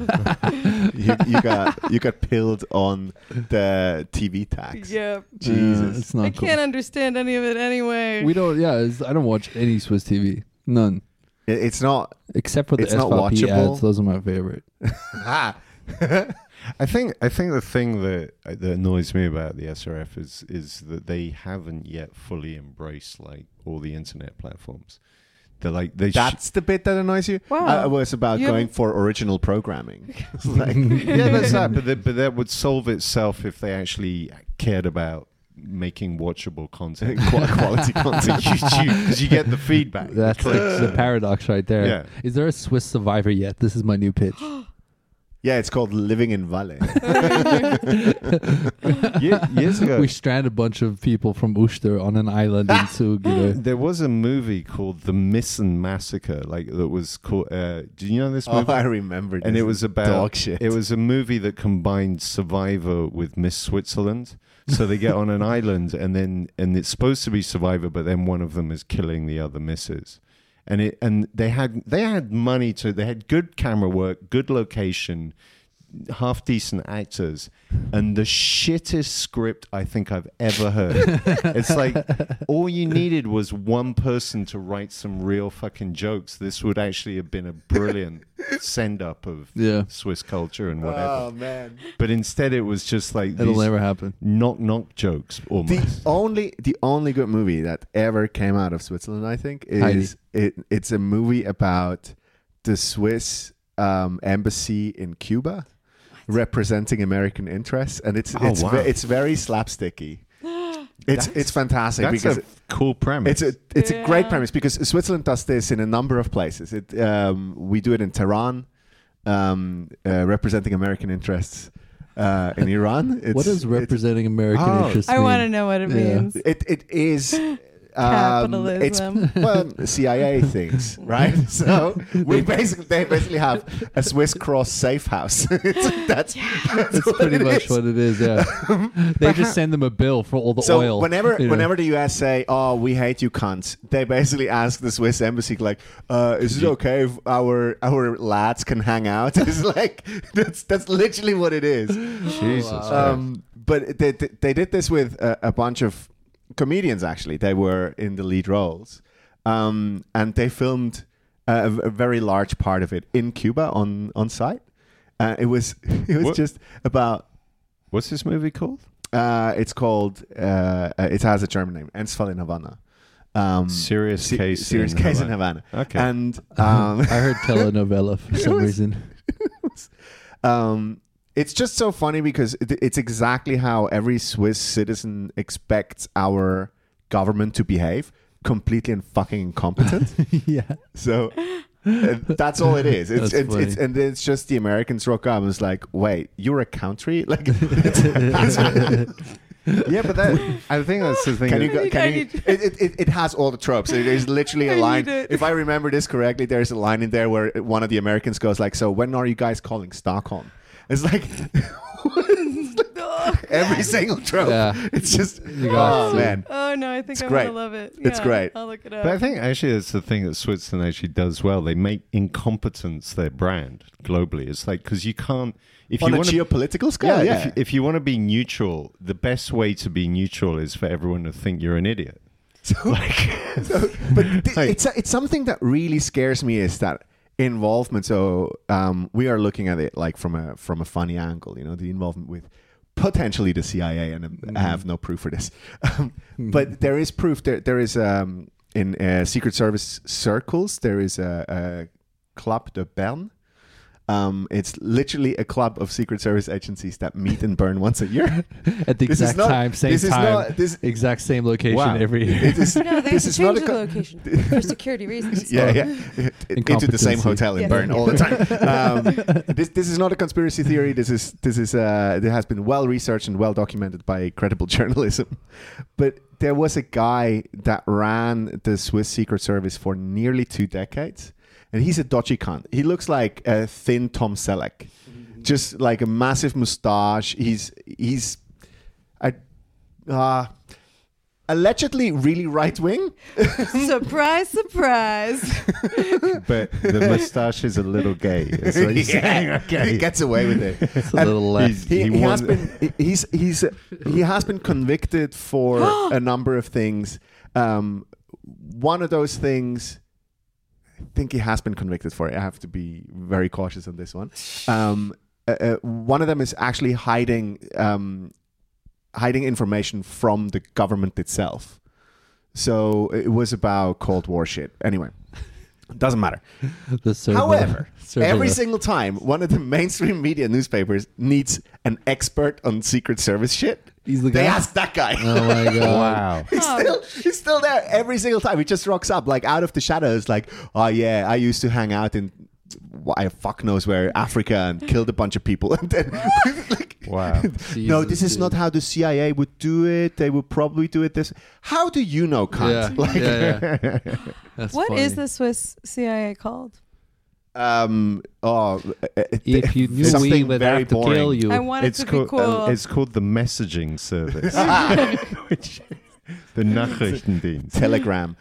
S3: you, you got you got pilled on the TV tax.
S4: yeah,
S3: Jesus.
S2: Uh, it's
S4: I
S2: not cool.
S4: can't understand any of it anyway.
S2: We don't. Yeah, it's, I don't watch any Swiss TV. None
S3: It- it's not.
S2: except for the
S3: It's not
S2: SVP
S3: watchable.
S2: ads. Those are my favorite.
S3: ah,
S1: I think I think the thing that uh, that annoys me about the SRF is is that they haven't yet fully embraced like all the internet platforms. They're like they sh-
S3: That's the bit that annoys you.
S4: Wow.
S3: I, I was about
S4: You
S3: going
S4: haven't-
S3: for original programming. It's like,
S1: yeah, that's that. But that- but that would solve itself if they actually cared about making watchable content,
S3: Qua- quality
S1: content YouTube because you get the feedback. the
S2: That's like
S1: clicks.
S2: the paradox right there. Is
S1: Yeah.
S2: there a Swiss survivor yet? This is my new pitch.
S3: Yeah, it's called Living in Valle.
S1: Ye- years ago,
S2: We stranded a bunch of people from Uster on an island in Sugiro.
S1: there was a movie called The Misson Massacre, like that was called. Uh, do you know this
S3: oh,
S1: movie?
S3: I remember.
S1: and
S3: this.
S1: it was about
S3: dog shit.
S1: it was a movie that combined survivor with miss switzerland so they get on an island and then and it's supposed to be survivor but then one of them is killing the other misses and it and they had they had money to they had good camera work good location half decent actors and the shittest script i think i've ever heard it's like all you needed was one person to write some real fucking jokes this would actually have been a brilliant send up of
S2: yeah,
S1: Swiss culture and whatever.
S3: oh man.
S1: But instead, it was just like
S2: it'll
S1: these
S2: never happen.
S1: knock knock jokes
S3: The
S1: almost.
S3: only the only good movie that ever came out of Switzerland, I think,
S2: Heidi.
S3: is it. It's a movie about the Swiss um, embassy in Cuba representing American interests, and it's
S1: Oh,
S3: it's
S1: wow.
S3: ve- it's very slapsticky. It's
S1: That's-
S3: it's fantastic
S1: That's
S3: because
S1: a cool premise.
S3: it's a it's a great
S4: Yeah.
S3: premise because Switzerland does this in a number of places. It um, we do it in Tehran, um, uh, representing American interests uh, in Iran. It's,
S2: what does
S3: it's-
S2: representing American
S1: Oh.
S2: interests
S4: I
S2: mean?
S4: want to know what it
S2: Yeah.
S4: means.
S3: It it is. Um,
S4: Capitalism.
S3: It's well, CIA things, right? So we basically they basically have a Swiss cross safe house. It's- that's that's,
S2: That's
S3: what
S2: pretty
S3: it
S2: much
S3: is.
S2: what it is. Yeah, they just send them a bill for all the
S3: So
S2: oil.
S3: whenever
S2: you know.
S3: whenever the US say, "Oh, we hate you, cunts," they basically ask the Swiss embassy, like, uh, "Is it okay if our our lads can hang out?" It's like that's that's literally what it is.
S1: Jesus.
S3: Um, but they they they did this with a, a bunch of comedians. Actually, they were in the lead roles, um, and they filmed a, a very large part of it in Cuba on on site. Uh, it was it was
S1: What-
S3: just about
S1: Christ. What's this movie called?
S3: uh, it's called. Uh, uh, it has a German name. Ensfall in Havana. Um,
S1: Serious
S3: se-
S1: case.
S3: Serious
S1: in
S3: case in
S1: Havana.
S3: Havana.
S1: Okay.
S3: And um,
S2: I heard telenovela for some
S3: was-
S2: reason.
S3: um, it's just so funny because it, it's exactly how every Swiss citizen expects our government to behave. Completely and fucking incompetent.
S2: yeah,
S3: so uh, that's all it is. It's,
S2: That's
S3: it's, it's
S2: funny.
S3: and it's just the Americans rock up and it's like, wait, you're a country? Like, it's-
S1: yeah, but that I think that's the thing.
S3: Can
S1: that-
S3: you? Go,
S4: need-
S3: can
S4: I
S3: you?
S4: need-
S3: It, it- it, it has all the tropes. It- There's literally a
S4: I
S3: line.
S4: need it.
S3: If I remember this correctly, there's a line in there where one of the Americans goes like, "So when are you guys calling Stockholm?" It's like
S4: Ugh.
S3: every single trope.
S2: Yeah.
S3: It's just
S2: gotta
S3: oh
S2: see.
S3: man.
S4: Oh no, I think I'm
S3: great.
S4: gonna love it.
S3: It's
S4: Yeah,
S3: great.
S4: I'll look it
S1: but I
S4: up.
S1: think actually that's the thing that Switzerland actually does well. They make incompetence their brand globally. It's like because you can't if
S3: On
S1: you
S3: a
S1: want to
S3: geopolitical scale, yeah.
S1: If, if you want to be neutral, the best way to be neutral is for everyone to think you're an idiot.
S3: So- so- but th-
S1: Like-
S3: it's it's something that really scares me is that involvement. So um, we are looking at it like from a from a funny angle, you know, the involvement with potentially the CIA, and um, I
S2: Mm-hmm.
S3: have no proof for this, um, but there is proof. There there is um, in uh, Secret Service circles there is a, a club de Bern. Um, it's literally a club of Secret Service agencies that meet and burn once a year.
S2: at the
S3: This is
S2: exact
S3: not-
S2: time, same
S3: this is
S2: time,
S3: not- this-
S2: exact same location
S1: Wow.
S2: every year.
S3: It is,
S4: no, they
S3: this
S4: have to
S3: is not a
S4: change the
S3: co-
S4: location for security reasons.
S3: yeah, yeah. It- it- Into the same
S2: Incompetency.
S3: hotel in
S4: Yes.
S3: Bern all the time. Um, this this is not a conspiracy theory. This is this is uh, it has been well researched and well documented by credible journalism. But there was a guy that ran the Swiss Secret Service for nearly two decades, and he's a dodgy cunt. He looks like a thin Tom Selleck, just like a massive mustache. He's he's I. Uh, Allegedly, really right wing,
S4: surprise, surprise.
S1: But the mustache is a little gay. It's like he's saying,
S3: he
S1: okay.
S3: gets away with it.
S2: It's a little left.
S3: he,
S1: He
S3: he has
S1: won-
S3: been he's he's he has been convicted for a number of things. Um, one of those things, I think he has been convicted for. I have to be very cautious on this one. Um, uh, uh, one of them is actually hiding um, hiding information from the government itself. So it was about Cold War shit. Anyway, doesn't matter.
S2: The server,
S3: However,
S2: server
S3: Every
S2: left.
S3: single time, one of the mainstream media newspapers needs an expert on Secret Service shit.
S2: He's the
S3: They
S2: guy?
S3: ask that guy.
S2: Oh my god!
S1: wow.
S3: He's still, he's still there every single time. He just rocks up like out of the shadows, like, oh yeah, I used to hang out in why fuck knows where Africa and killed a bunch of people and then like,
S1: Wow.
S3: no this is not how the CIA would do it they would probably do it this how do you
S2: Yeah,
S3: know cunt like
S2: yeah, What is
S4: What is the Swiss CIA called?
S3: um oh uh,
S2: If you knew
S3: something
S2: we would
S3: very
S2: have to
S3: boring.
S2: kill you,
S4: I want it
S1: It's
S4: to
S1: called
S4: be
S3: Oh,
S4: cool.
S1: uh, it's called the messaging service. Which- the Nachrichtendienst.
S3: telegram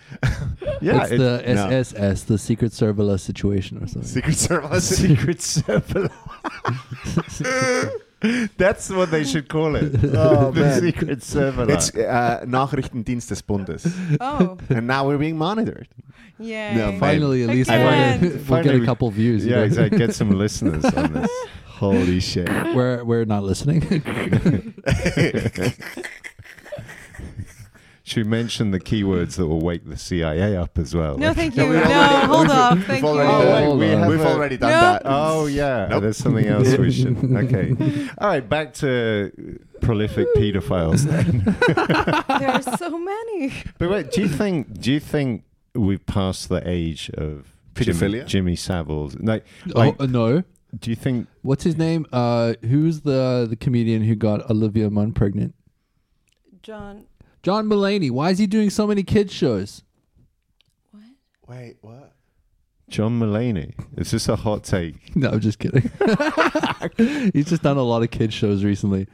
S1: Yeah,
S2: it's
S1: it-
S2: the
S3: no.
S2: SSS, the Secret Serverless situation or something.
S3: secret service
S1: Secret Service. That's what they should call it.
S3: Oh,
S1: the
S3: man.
S1: Secret Service.
S3: it's uh, Nachrichtendienst des Bundes
S4: oh,
S3: and now we're being monitored
S4: yeah.
S3: No, fine.
S2: Finally, at least
S4: Again.
S2: we'll get- we'll get
S1: Finally
S2: a
S1: we-
S2: couple views. you
S1: yeah,
S2: know?
S1: exactly. Get some listeners on this.
S3: holy shit
S2: We're we're not listening.
S1: Should we mention the keywords that will wake the CIA up as well?
S4: No, thank
S3: No,
S4: you.
S3: we
S4: No,
S3: already-
S4: hold
S3: we've-
S4: off.
S3: we've
S4: Thank
S3: already
S1: Oh,
S3: done
S1: wait,
S4: you.
S2: Hold
S1: we
S2: on.
S1: have
S3: we've
S1: a-
S3: already done
S4: No.
S3: that
S1: Oh yeah,
S3: Nope.
S1: there's something else we should. Okay, all right, back to prolific pedophiles then.
S4: There are so many.
S1: But wait, do you think? Do you think we've passed the age of Jimmy-
S3: Pedophilia?
S1: Jimmy Savile's like,
S2: oh
S1: like
S2: uh, no,
S1: do you think
S2: what's his name? Uh, who's the the comedian who got Olivia Munn pregnant?
S4: John,
S2: John Mulaney. Why is he doing so many kids shows?
S3: wait what
S1: John Mulaney? Is this a hot take?
S2: No, I'm just kidding. He's just done a lot of kids shows recently.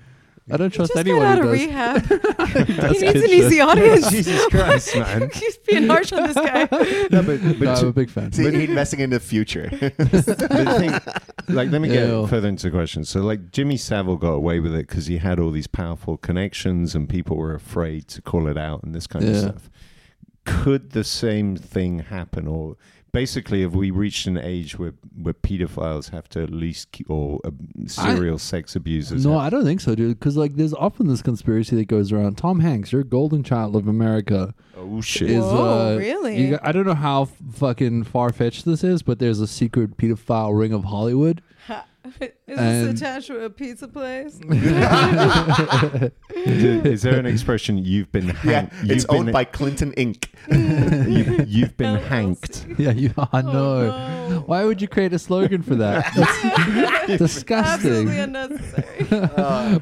S2: I don't trust
S4: just
S2: anyone
S4: got out
S2: who
S4: of
S2: does.
S4: rehab. he
S2: kids
S4: needs an easy audience.
S1: Jesus Christ, man!
S4: He's being harsh on this guy.
S1: No, but, but
S2: No,
S1: to-
S2: I'm a big fan.
S3: See, investing in the future
S1: the thing, like, let me get
S2: Ew.
S1: further into the question. So, like, Jimmy Savile got away with it because he had all these powerful connections, and people were afraid to call it out and this kind of
S2: Yeah.
S1: stuff. Could the same thing happen, or basically, have we reached an age where where pedophiles have to at least, keep, or uh, serial sex abusers?
S2: No,
S1: have-
S2: I don't think so, dude. Because like, there's often this conspiracy that goes around. Tom Hanks, your golden child of America,
S1: oh shit!
S2: is.
S4: Whoa,
S2: uh,
S4: really?
S2: you got- I don't know how f- fucking far fetched this is, but there's a secret pedophile ring of Hollywood.
S4: Is
S2: And-
S4: this attached to a pizza place?
S1: is there an expression you've been?
S3: yeah
S1: Hank- you've
S3: it's owned
S1: been-
S3: by Clinton Inc
S1: you, you've been
S4: LLC.
S1: hanked.
S2: Yeah, you. I
S4: Oh,
S2: know.
S4: no.
S2: Why would you create a slogan for that? That's
S4: Absolutely
S2: disgusting.
S4: unnecessary.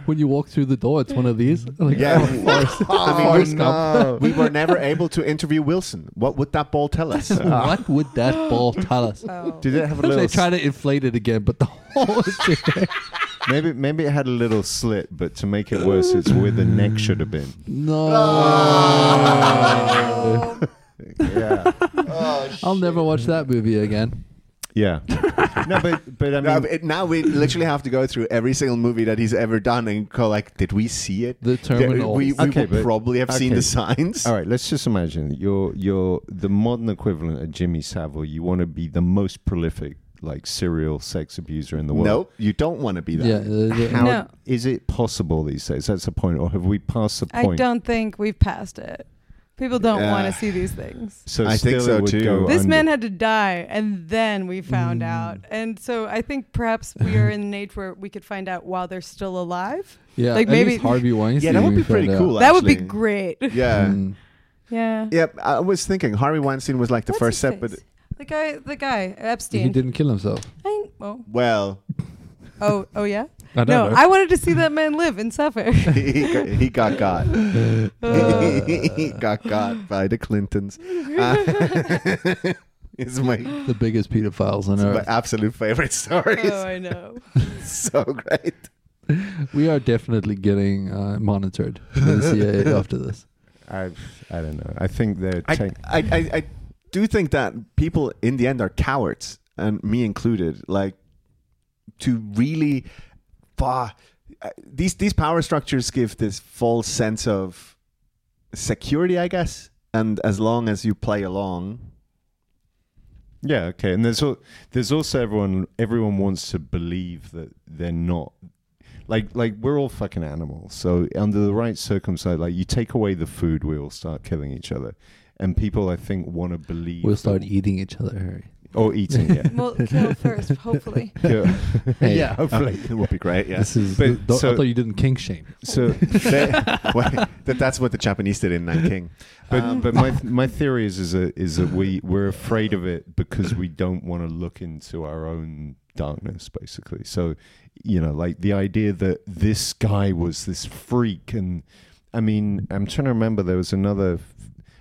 S2: When you walk through the door, it's one of these. Like,
S3: Yeah.
S2: oh, Forrest-
S3: I mean,
S2: the
S3: we're-
S2: Forrest Gump.
S3: we were never able to interview Wilson. What would that ball tell us?
S2: What would that ball tell us?
S4: Oh.
S1: Did it have a little?
S2: They try to inflate it again, but the whole shit.
S1: Maybe maybe it had a little slit, but to make it worse, it's where the neck should have been.
S2: No.
S1: Yeah,
S2: I'll never watch that movie again.
S1: yeah. No, but but I mean,
S3: Now, it- now we literally have to go through every single movie that he's ever done and go like, did we see it?
S2: The Terminal.
S3: We, we
S1: Okay,
S3: would
S1: but-
S3: probably have seen
S1: okay.
S3: the signs.
S1: all right. Let's just imagine that you're you're the modern equivalent of Jimmy Savile. You want to be the most prolific, like serial sex abuser in the world.
S3: Nope, you don't want to be that.
S2: Yeah. uh, yeah.
S1: How
S4: No.
S1: is it possible these days? That's the point, or have we passed the
S4: I
S1: point?
S4: don't think we've passed it. People don't
S3: Yeah.
S4: want to see these things.
S1: So
S3: I
S1: still
S3: think so
S1: it would
S3: too.
S1: go
S4: This
S1: under.
S4: man had to die, and then we found out. And so I think perhaps we are in an age where we could find out while they're still alive.
S2: Yeah,
S4: Like,
S2: at
S4: maybe-
S2: least Harvey Weinstein.
S3: that would
S2: we
S3: be pretty
S2: found out.
S3: cool.
S4: that would be
S3: actually.
S4: great.
S3: Yeah.
S2: Mm.
S4: yeah.
S3: Yep, I was thinking Harvey Weinstein was like the
S4: What's
S3: first
S4: his
S3: step, but
S4: face? the guy, the guy
S2: He
S4: Epstein.
S2: didn't kill himself.
S4: I, oh,
S3: well,
S4: oh, oh, yeah.
S2: I don't
S4: no,
S2: know.
S4: I wanted to see that man live and suffer.
S3: he, he got- he got got.
S4: Uh,
S3: he got got by the Clintons. Uh, it's my,
S2: the biggest pedophiles on
S3: it's my
S2: earth.
S3: absolute favorite story.
S4: oh, I know.
S3: It's so great.
S2: We are definitely getting uh, monitored by the CIA after this.
S1: I, I don't know. I think they're.
S3: I,
S1: tech-
S3: I, I, I do think that people in the end are cowards, and me included. Like to really, bah, uh, these these power structures give this false sense of security, I guess. And as long as you play along,
S1: Yeah, okay. And there's al- there's also everyone everyone wants to believe that they're not like like we're all fucking animals. So under the right circumstance, like you take away the food, we all start killing each other. And people I think want to believe
S2: We'll
S1: that-
S2: start eating each other, Harry.
S1: Or eating it.
S4: Well, kill first, hopefully.
S1: yeah.
S2: Hey.
S1: Yeah, Hopefully, it will be great. Yeah.
S2: This is.
S1: But
S2: th- I
S1: so-
S2: thought you didn't kink shame.
S1: So,
S3: They- well, that, that's what the Japanese did in Nanking.
S1: but
S3: Um,
S1: but my my theory is is that, is that we we're afraid of it because we don't want to look into our own darkness, basically. So, you know, like the idea that this guy was this freak, and I mean, I'm trying to remember there was another.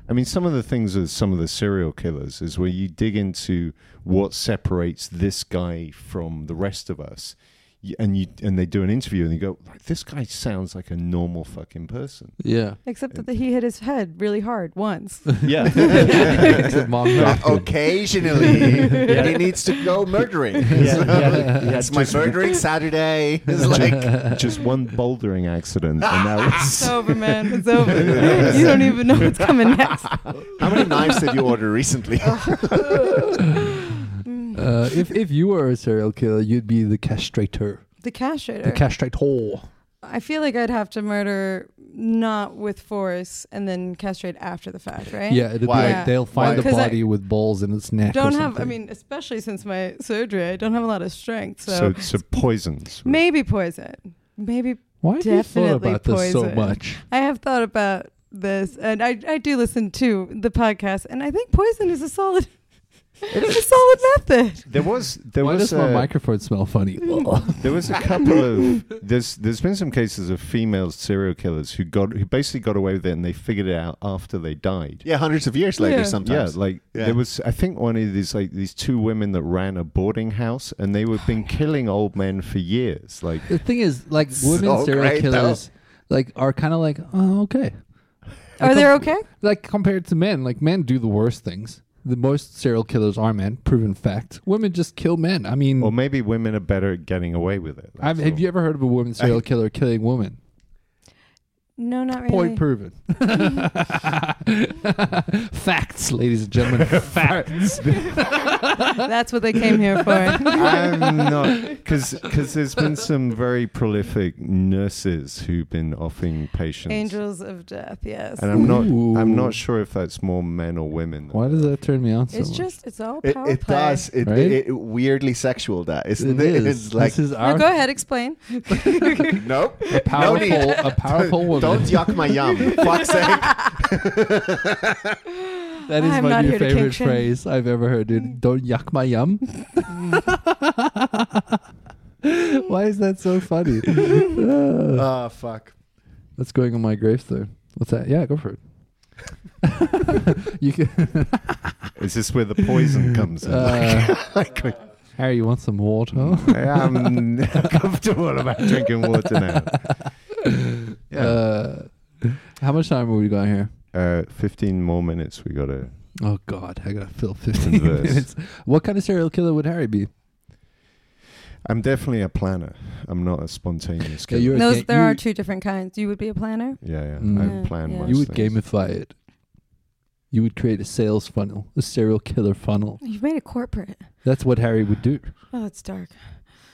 S1: I mean, some of the things with some of the serial killers is where you dig into what separates this guy from the rest of us, y- and you and they do an interview and you go, like, this guy sounds like a normal fucking person.
S2: Yeah.
S4: Except that he hit his head really hard once.
S1: Yeah.
S2: Except mom.
S3: Uh,
S2: knocked it.
S3: occasionally, he needs to go murdering.
S1: yeah, yeah,
S3: it's my
S1: just-
S3: murdering Saturday. It's like
S1: Just one bouldering accident, and that was.
S4: It's over, man. It's over. you don't even know what's coming next.
S3: how many knives did you order recently?
S2: Uh, if if you were a serial killer, you'd be the castrator.
S4: The castrator.
S2: The castrator.
S4: I feel like I'd have to murder not with force and then castrate after the fact, right?
S2: Yeah, it'd
S3: Why?
S2: be like they'll
S3: Why?
S2: find the
S4: 'Cause I-
S2: body with balls in its neck. or
S4: Don't have. I
S2: something.
S4: mean, especially since my surgery, I don't have a lot of strength.
S1: So,
S4: So,
S1: so, poisons.
S4: maybe poison. Maybe
S2: why have you thought
S4: definitely
S2: about this so
S4: poison.
S2: much?
S4: I have thought about this, and I, I do listen to the podcast, and I think poison is a solid, it's a solid method.
S1: There was there
S2: why
S1: was
S2: does
S1: a,
S2: my microphone smell funny?
S1: there was a couple of there's there's been some cases of female serial killers who got who basically got away with it and they figured it out after they died.
S3: yeah, hundreds of years later.
S4: Yeah.
S3: Sometimes.
S1: Yeah, like
S3: Yeah.
S1: there was I think one of these like these two women that ran a boarding house and they were
S2: Oh
S1: been killing old men for years. Like
S2: the thing is, like women
S3: So
S2: serial
S3: great, though.
S2: killers, like are kind of like, oh, okay.
S4: Are
S2: Like,
S4: they
S2: um,
S4: okay?
S2: Like compared to men, like men do the worst things. The most serial killers are men, proven fact. Women just kill men. I mean,
S1: or maybe women are better at getting away with it.
S2: I've, have you ever heard of a woman serial killer killing women?
S4: No, not really.
S2: Point proven. facts, ladies and gentlemen. facts.
S4: That's what they came here for.
S1: I'm not because there's been some very prolific nurses who've been offing patients.
S4: Angels of death. Yes.
S1: And I'm not I'm
S2: Ooh.
S1: not sure if that's more men or women.
S2: Why does that turn me on so
S4: It's
S2: much?
S4: just it's all
S3: it,
S4: power
S3: it
S4: play.
S3: does. It,
S2: Right?
S3: it, it weirdly sexual. That isn't it?
S2: is.
S3: It's like
S2: this is
S4: Now
S2: our
S4: go ahead, explain.
S3: nope.
S2: a powerful,
S3: No
S2: a powerful woman.
S3: Don't yuck my yum. Fuck's sake.
S2: That is
S4: I'm
S2: my
S4: not
S2: new
S4: here to Mm.
S2: favorite
S4: kink shame.
S2: phrase I've ever heard. Dude. Don't yuck my yum. Why is that so funny? Uh,
S3: Oh fuck.
S2: that's going on my gravestone. What's that? Yeah, go for it. you can,
S1: Is this where the poison comes in?
S2: uh, Harry, you want some water?
S1: I'm comfortable about drinking water now. Yeah.
S2: Uh, how much time have we got here?
S1: Uh, 15 more minutes we got to.
S2: Oh God, I gotta fill fifteen
S1: Converse.
S2: minutes. What kind of serial killer would Harry be?
S1: I'm definitely a planner. I'm not a spontaneous
S2: Yeah,
S1: killer.
S2: you're-
S4: Those
S2: Okay,
S4: there
S2: you-
S4: are two different kinds. You would be a planner.
S1: yeah, yeah.
S2: Mm.
S1: I plan
S4: Yeah.
S1: most
S2: You would
S1: things.
S2: gamify it. You would create a sales funnel, a serial killer funnel.
S4: You've made it corporate.
S2: That's what Harry would do.
S4: Oh, it's dark.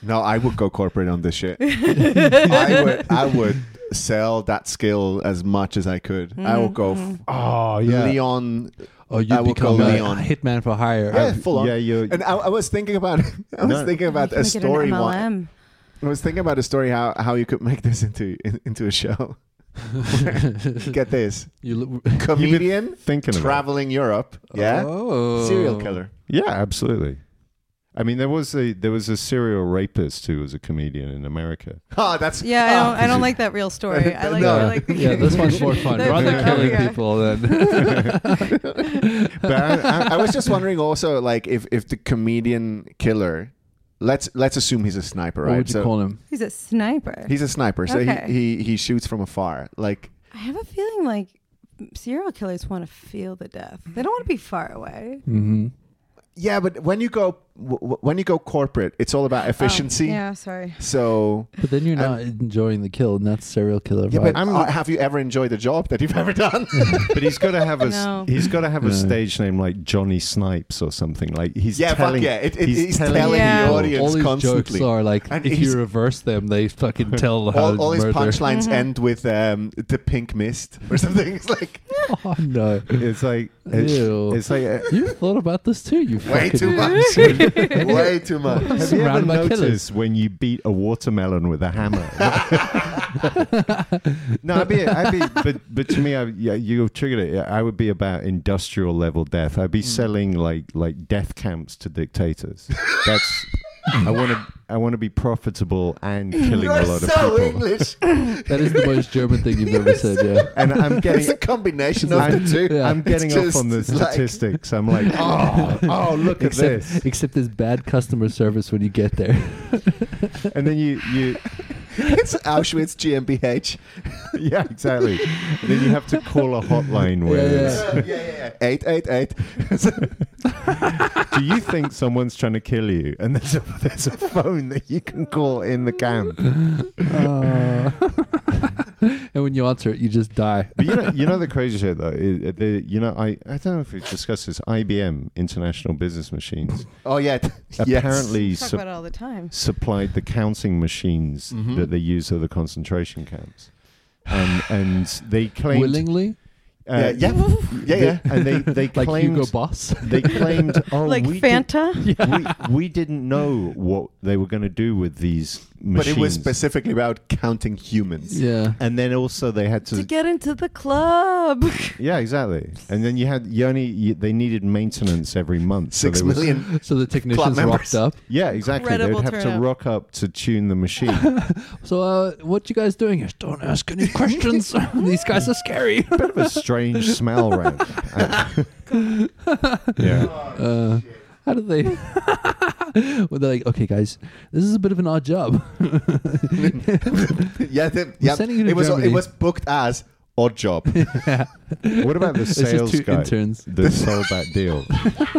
S3: No, I would go corporate on this shit. I would. I would sell that skill as much as I could. I would go.
S4: Mm-hmm.
S3: F-
S1: Oh,
S3: Leon.
S2: Oh,
S3: I
S2: you'd
S3: would
S2: become
S3: go
S2: a
S3: Leon.
S2: hitman for hire.
S3: Yeah, full on.
S1: Yeah, you're.
S3: And I, I was thinking about. I was
S1: No.
S3: thinking about
S4: You can
S3: a
S4: make it an
S3: story. one-
S4: MLM.
S3: I was thinking about a story how how you could make this into in, into a show. Get this
S2: You l-
S3: comedian
S1: thinking about
S3: traveling Europe. Yeah,
S2: Oh.
S3: serial killer.
S1: Yeah, absolutely. I mean, there was a there was a serial rapist who was a comedian in America.
S3: Oh, that's
S4: Yeah, I
S3: ah,
S4: don't. I don't like that real story. I like.
S3: No.
S4: I
S2: Yeah.
S4: like the-
S2: yeah, this one's more fun.
S4: They're
S2: Rather
S4: fun.
S2: killing
S4: Yeah.
S2: people than
S1: But I, I,
S3: I was just wondering also like if if the comedian killer. Let's let's assume he's a sniper,
S2: what
S3: right?
S2: would you
S3: so
S2: call him?
S4: He's a sniper.
S3: he's a sniper, so
S4: Okay.
S3: he, he he shoots from afar. Like
S4: I have a feeling like serial killers want to feel the death. They don't want to be far away.
S2: Mm-hmm.
S3: yeah, but when you go w- w- when you go corporate, it's all about efficiency.
S4: Oh, yeah, sorry.
S3: So,
S2: But then you're not enjoying the kill, and that's serial killer.
S3: yeah,
S2: vibe.
S3: but uh, have you ever enjoyed a job that you've ever done?
S1: But he's got to have a s-
S4: No.
S1: he's got to have a
S2: Yeah.
S1: stage name like Johnny Snipes or something. Like he's
S3: yeah,
S1: telling
S3: fuck yeah. It, it, he's,
S1: he's
S3: telling,
S1: telling
S4: Yeah.
S3: the
S2: All-
S3: audience
S2: all these
S3: constantly.
S2: jokes are like
S3: And
S2: if
S3: he's-
S2: you reverse them, they fucking tell how
S3: all, all his
S2: murder.
S3: punchlines end with um, the pink mist or something. It's like
S2: Oh no!
S1: It's like it's,
S2: Ew.
S1: it's like. uh,
S2: You thought about this too. You
S3: way
S2: fucking
S3: too much, way too much.
S1: Have you ever
S2: Surrounded by
S1: noticed
S2: killers.
S1: when you beat a watermelon with a hammer? no, I'd be, I'd be, but but to me, I, yeah, you triggered it. Yeah, I would be about industrial level death. I'd be selling like like death camps to dictators. That's I want to I want to be profitable and killing
S3: You're
S1: a lot
S3: so
S1: of people.
S3: English.
S2: That is the most German thing you've ever said. Yeah.
S1: And I'm
S3: It's
S1: getting
S3: a combination of
S1: I'm-
S3: the two.
S2: Yeah.
S1: I'm
S2: It's
S1: getting
S3: just
S1: off on the
S3: like-
S1: statistics. I'm like, oh, oh, look at
S2: Except,
S1: this.
S2: except there's bad customer service when you get there.
S1: And then you, you,
S3: It's Auschwitz GmbH.
S1: yeah, exactly. And then you have to call a hotline where
S2: Yeah,
S1: it's-
S3: Uh, yeah, yeah, yeah. Eight, eight, eight.
S1: do you think someone's trying to kill you? And there's a, there's a phone that you can call in the camp.
S2: Uh, and when you answer it, you just die.
S1: But you know, you know the crazy shit though. i- the, you know, I, I don't know if we discussed this. IBM, International Business Machines,
S3: Oh yeah. t- yes.
S1: apparently
S4: Talk
S1: sup-
S4: about it all the time.
S1: supplied the counting machines
S3: Mhm.
S1: that they use at the concentration camps. And, and they claimed
S2: Willingly,
S1: uh,
S3: yeah, yeah, yeah,
S1: They-
S3: yeah.
S1: and they they
S2: like
S1: claimed
S2: Hugo Boss.
S1: they claimed oh
S4: like
S1: we,
S4: Fanta?
S1: did, we we didn't know what they were going to do with these
S3: But
S1: machines.
S3: it was specifically about counting humans.
S2: Yeah.
S1: and then also they had to,
S4: To get into the club.
S1: yeah exactly and then you had you only you, they needed maintenance every month so
S3: Six
S1: there was-
S3: million.
S2: So the technicians
S3: members.
S2: rocked up.
S1: yeah exactly they
S4: Incredible
S1: would have to
S4: turnout.
S1: rock up to tune the machine
S2: So uh, what you guys doing here? Don't ask any questions. These guys are scary.
S1: bit of a strange smell right
S3: Oh,
S1: yeah
S2: Uh, how do they? well, they're like, okay, guys, this is a bit of an odd job.
S3: yeah, they, yeah.
S2: sending you to
S3: it was
S2: Germany.
S3: it was booked as odd job.
S1: what about the
S2: just
S1: sales
S2: two
S1: guy
S2: interns.
S1: that sold that deal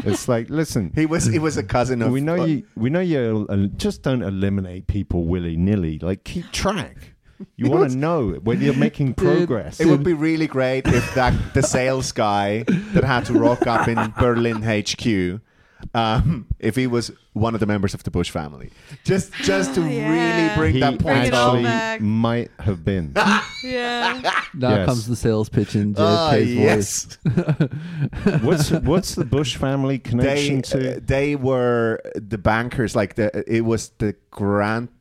S1: it's like listen
S3: he was he was a cousin of.
S1: we know
S3: uh,
S1: you. We know you. Uh, just don't eliminate people willy nilly. Like keep track. You
S3: You
S1: want
S3: know
S1: to know whether you're making progress.
S3: It would be really great if that the sales guy that had to rock up in Berlin HQ, um, if he was one of the members of the Bush family, just just to
S4: Oh, yeah.
S3: really bring
S1: he
S3: that point
S4: it all
S1: actually
S3: home.
S4: back.
S1: might have been.
S4: yeah.
S2: Now
S1: Yes.
S2: comes the sales pitch in
S3: Ah,
S2: JFK's voice.
S3: yes,
S1: what's what's the Bush family
S3: they
S1: connection
S3: uh,
S1: to?
S3: they were the bankers. Like the it was the grand
S1: Of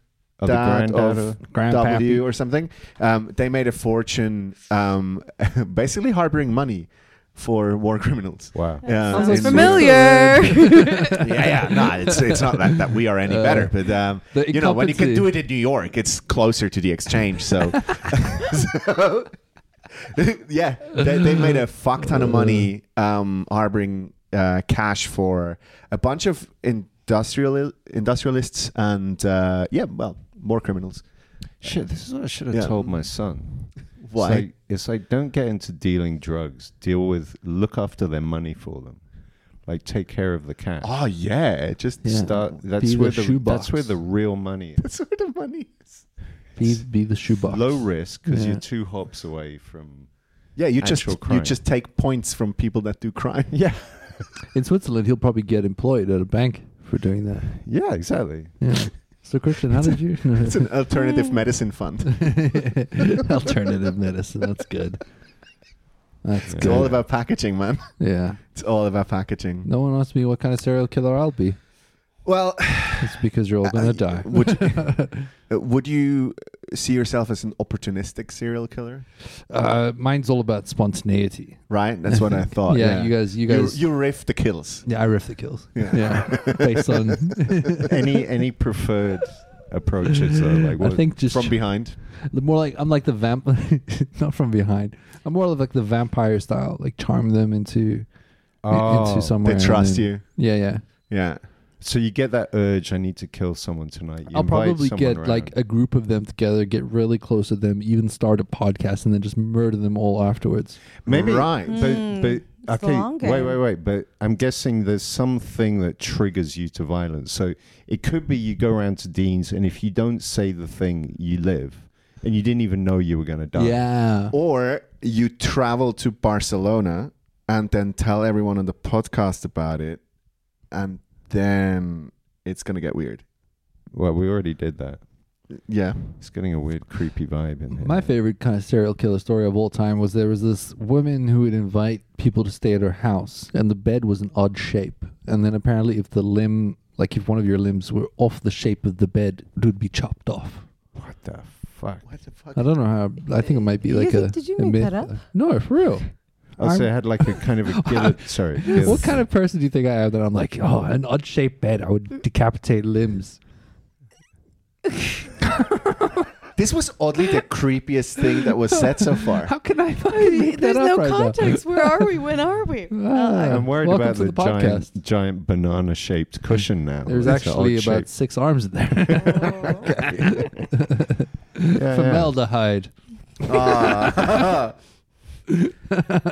S1: Oh, the
S3: dad
S1: granddad
S3: of
S1: of-
S2: Grandpappy.
S3: W or something. Um, they made a fortune, um, basically harboring money for war criminals.
S1: wow.
S3: Yeah,
S4: Sounds
S3: in-
S4: familiar.
S3: yeah, yeah. No, it's it's not that, that we are any
S2: Uh,
S3: better, but um,
S2: the
S3: you know when you can
S2: incompetency.
S3: do it in New York, it's closer to the exchange. So, so yeah, they, they made a fuck ton of money um, harboring uh, cash for a bunch of industrial industrialists and uh, yeah, well, more criminals.
S1: Shit, this is what I should have
S3: Yeah.
S1: told my son.
S3: Why?
S1: It's like, it's like don't get into dealing drugs. Deal with look after their money for them. Like take care of the cash.
S3: Oh yeah, just
S2: Yeah.
S1: Start. That's
S2: the
S1: where the,
S2: shoebox.
S1: that's where the real money is.
S3: that's where the money is.
S2: Be, be the shoebox.
S1: Low risk because
S2: Yeah.
S1: you're two hops away from.
S3: Yeah, you just
S1: Actual
S3: you
S1: crime.
S3: just take points from people that do crime.
S1: Yeah.
S2: In Switzerland, he'll probably get employed at a bank for doing that.
S1: Yeah, exactly.
S2: Yeah. So Christian, how did you?
S3: It's an alternative medicine fund.
S2: Alternative medicine. That's good. That's
S3: It's
S2: good.
S3: all about packaging, man.
S2: yeah.
S3: It's all about packaging.
S2: No one asked me what kind of serial killer I'll be.
S3: Well,
S2: It's because you're all gonna
S3: uh,
S2: die.
S3: Would you, uh, would you see yourself as an opportunistic serial killer?
S2: Uh, mine's all about spontaneity.
S3: Right, that's what I thought.
S2: yeah, you guys, you guys.
S3: you, riff the kills.
S2: yeah, I riff the kills.
S3: Yeah.
S2: Yeah, based on.
S1: any any preferred approaches though? Like
S2: I
S1: what,
S2: think just
S3: uh, From behind,
S2: the more like I'm like the vamp, not from behind. I'm more of like the vampire style, like charm them into
S1: Oh,
S2: into somewhere.
S3: they
S2: and
S3: trust
S2: then-
S3: you.
S2: Yeah, yeah.
S3: Yeah,
S1: so you get that urge. I need to kill someone tonight. You
S2: I'll
S1: invite
S2: probably
S1: someone
S2: get
S1: around.
S2: like a group of them together, get really close to them, even start a podcast, and then just murder them all afterwards.
S1: maybe
S3: Right.
S1: But
S4: Mm.
S1: but
S4: It's the long game.
S1: Wait, wait, wait. But I'm guessing there's something that triggers you to violence. So it could be you go around to Dean's, and if you don't say the thing, you live, and you didn't even know you were going to die.
S2: Yeah.
S3: Or you travel to Barcelona and then tell everyone on the podcast about it, and then it's gonna get weird.
S1: Well, we already did that.
S3: Yeah.
S1: It's getting a weird, creepy vibe in here.
S2: My favorite kind of serial killer story of all time was there was this woman who would invite people to stay at her house, and the bed was an odd shape. And then apparently, if the limb, like if one of your limbs were off the shape of the bed, it would be chopped off.
S1: What the fuck?
S3: What the fuck?
S2: I don't know how. I think it might be
S4: You
S2: like
S4: think-
S2: a.
S4: did you
S2: a
S4: make
S2: myth. uh,
S4: that up?
S2: No, for real.
S1: Oh, so it had like a kind of a gillet. sorry. Gillet.
S2: What kind of person do you think I am that I'm like, oh, an odd shaped bed? I would decapitate limbs.
S3: This was oddly the creepiest thing that was said so far.
S2: How can I fucking make that
S4: There's
S2: up
S4: no
S2: right now?
S4: context. Where are we? When are we? Uh,
S2: Ah.
S1: I'm worried
S2: Welcome
S1: about
S2: to
S1: the,
S2: the podcast.
S1: giant, giant banana-shaped cushion now.
S2: There's
S1: It's an
S2: actually
S1: odd
S2: about
S1: shape.
S2: six arms in there.
S1: Yeah, yeah.
S2: Formaldehyde.
S3: Ah.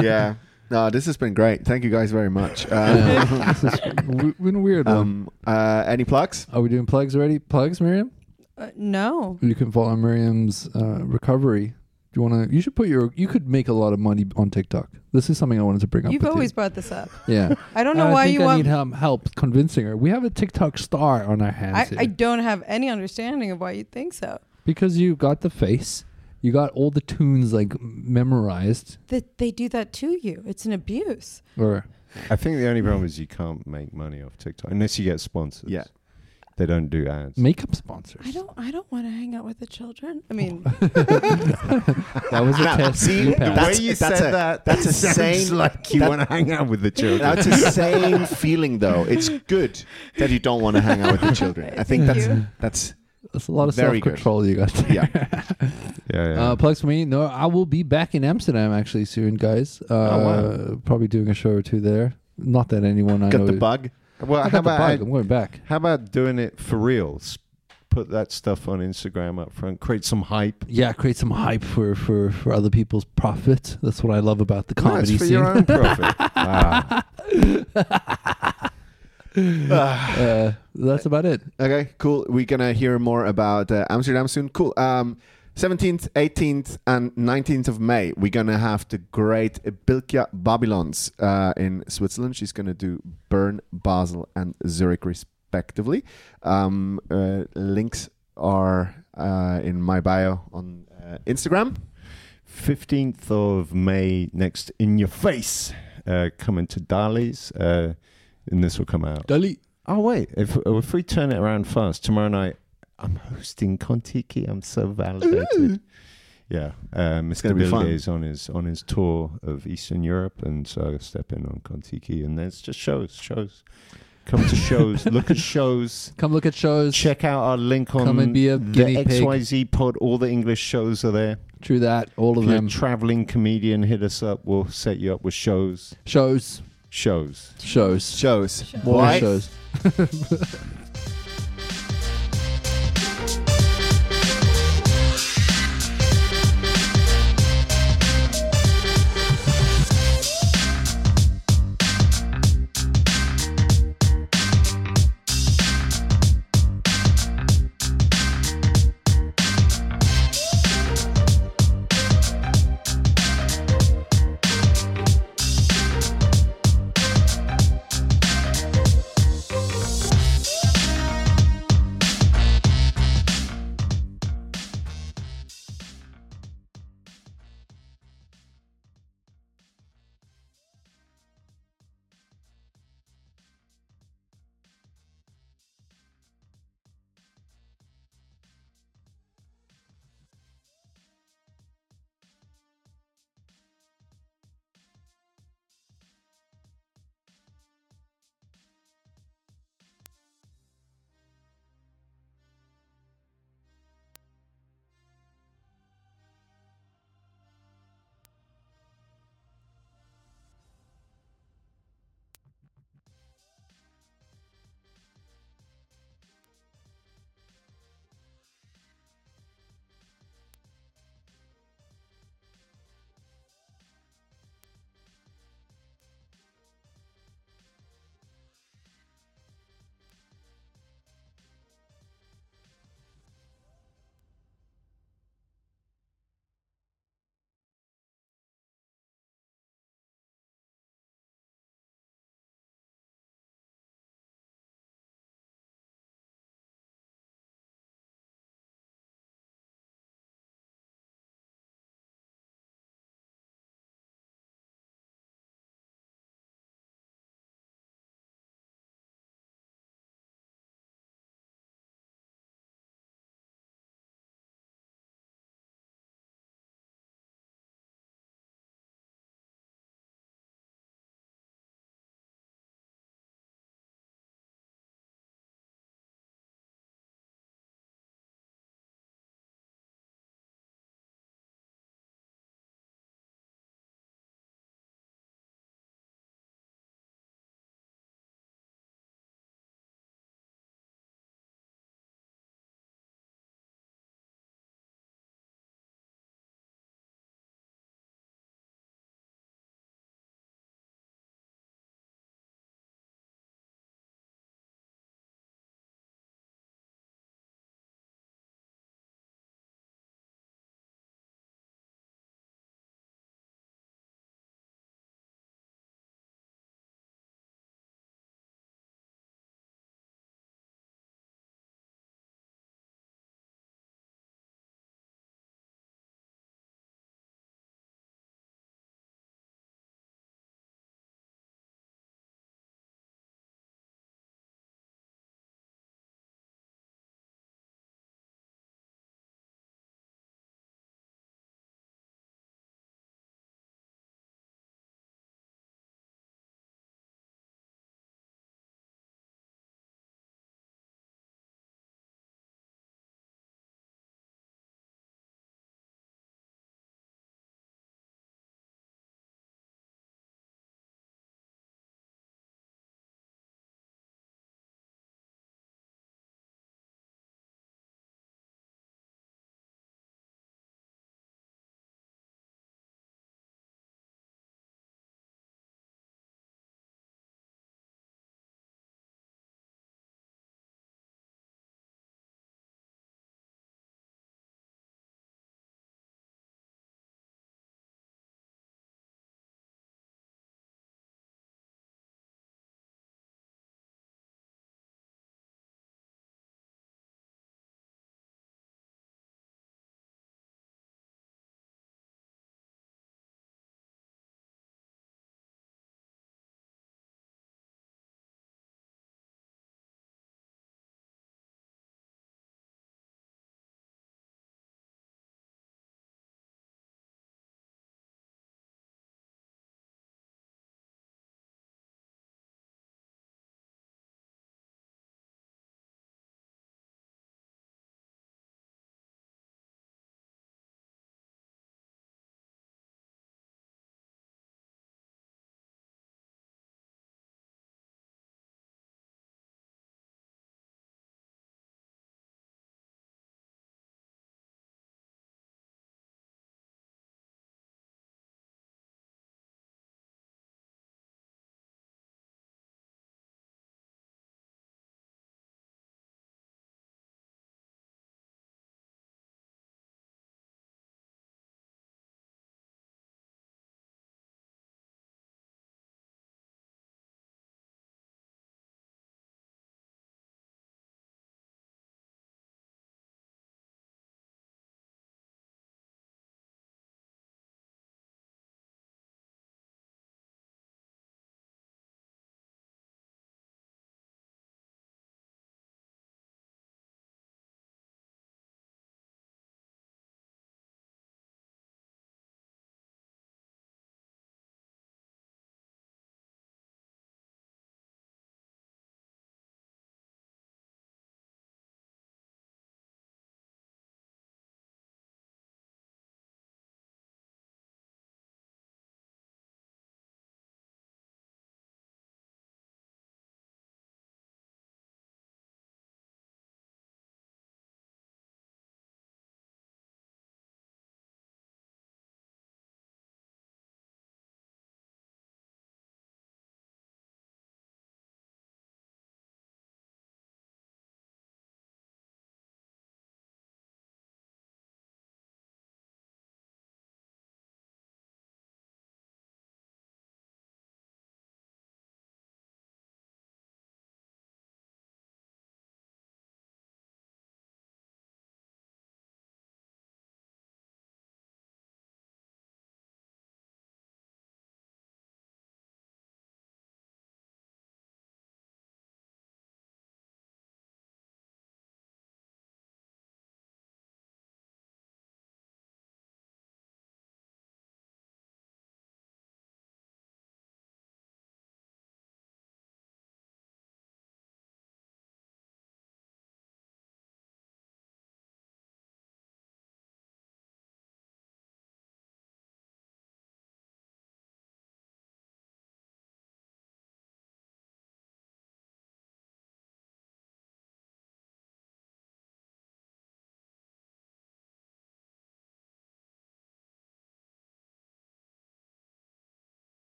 S3: yeah. No, this has been great. Thank you guys very much. Uh,
S2: Yeah. this has w- been a weird one.
S3: um, uh, any plugs?
S2: Um, Are we doing plugs already? Plugs, Miriam?
S4: Uh, no.
S2: You can follow Miriam's uh, recovery. Do you want to? You should put your. You could make a lot of money on TikTok. This is something I wanted to bring up.
S4: You've
S2: with you.
S4: always brought this up.
S2: Yeah.
S4: I don't know
S2: And
S4: why
S2: I think
S4: you
S2: I
S4: want.
S2: need help, help convincing her. We have a TikTok star on our hands.
S4: I,
S2: here.
S4: I don't have any understanding of why you think so.
S2: because you got the face, you got all the tunes like memorized.
S4: That they do that to you. It's an abuse.
S2: Or
S1: I think the only problem is you can't make money off TikTok unless you get sponsors.
S3: Yeah.
S1: They don't do ads.
S2: makeup sponsors.
S4: I don't. I don't want to hang out with the children. I mean,
S2: That was a
S3: Now,
S2: test.
S3: see,
S2: you
S3: the
S2: passed.
S3: way- that's a- that's a
S1: sounds
S3: sane-
S1: like you
S3: that-
S1: want to hang out with the children.
S3: That's a same feeling, though. It's good that you don't want to hang out with the children. I think
S4: Thank
S3: that's
S4: you.
S3: that's
S2: That's a lot of self
S3: Very good.
S2: control you got. there.
S3: Yeah.
S1: yeah, yeah.
S2: Uh, plugs for me. No, I will be back in Amsterdam actually soon, guys. Uh,
S1: Oh,
S2: Probably doing a show or two there. Not that anyone I
S3: got
S2: know.
S3: the bug.
S1: well,
S2: I
S1: how
S2: got the
S1: about
S2: bug.
S1: I-
S2: I'm going back.
S1: how about doing it for reals? Put that stuff on Instagram up front. Create some hype.
S2: Yeah, create some hype for for for other people's profit. That's what I love about the
S1: No, it's
S2: comedy
S1: for
S2: scene.
S1: your own profit. Ah.
S2: uh, that's about it.
S3: Okay, cool. We're gonna hear more about uh, Amsterdam soon. Cool. Um, 17th, 18th, and 19th of May, we're gonna have the great Bilkia Babylons uh, in Switzerland. She's gonna do Bern, Basel, and Zurich respectively. Um, uh, links are uh, in my bio on uh, Instagram.
S1: 15th of May next in your face. Uh, coming to Dali's. Uh, and this will come out
S2: Delete.
S1: Oh wait, if if we turn it around fast tomorrow night, I'm hosting Contiki. I'm so validated. Yeah, uh,
S3: gonna
S1: Mr.
S3: be fun.
S1: Billy is on his on his tour of Eastern Europe, and so I step in on Contiki, and there's just shows, shows. Come to shows, look at shows,
S2: Come look at shows.
S1: check out our link on
S2: Come and be a
S1: the
S2: guinea pig.
S1: XYZ pod. All the English shows are there.
S2: True that. All
S1: If
S2: of
S1: you're a
S2: them.
S1: traveling comedian, hit us up. We'll set you up with shows,
S2: shows.
S1: shows.
S2: Shows.
S3: Shows.
S2: More
S3: Why?
S2: shows.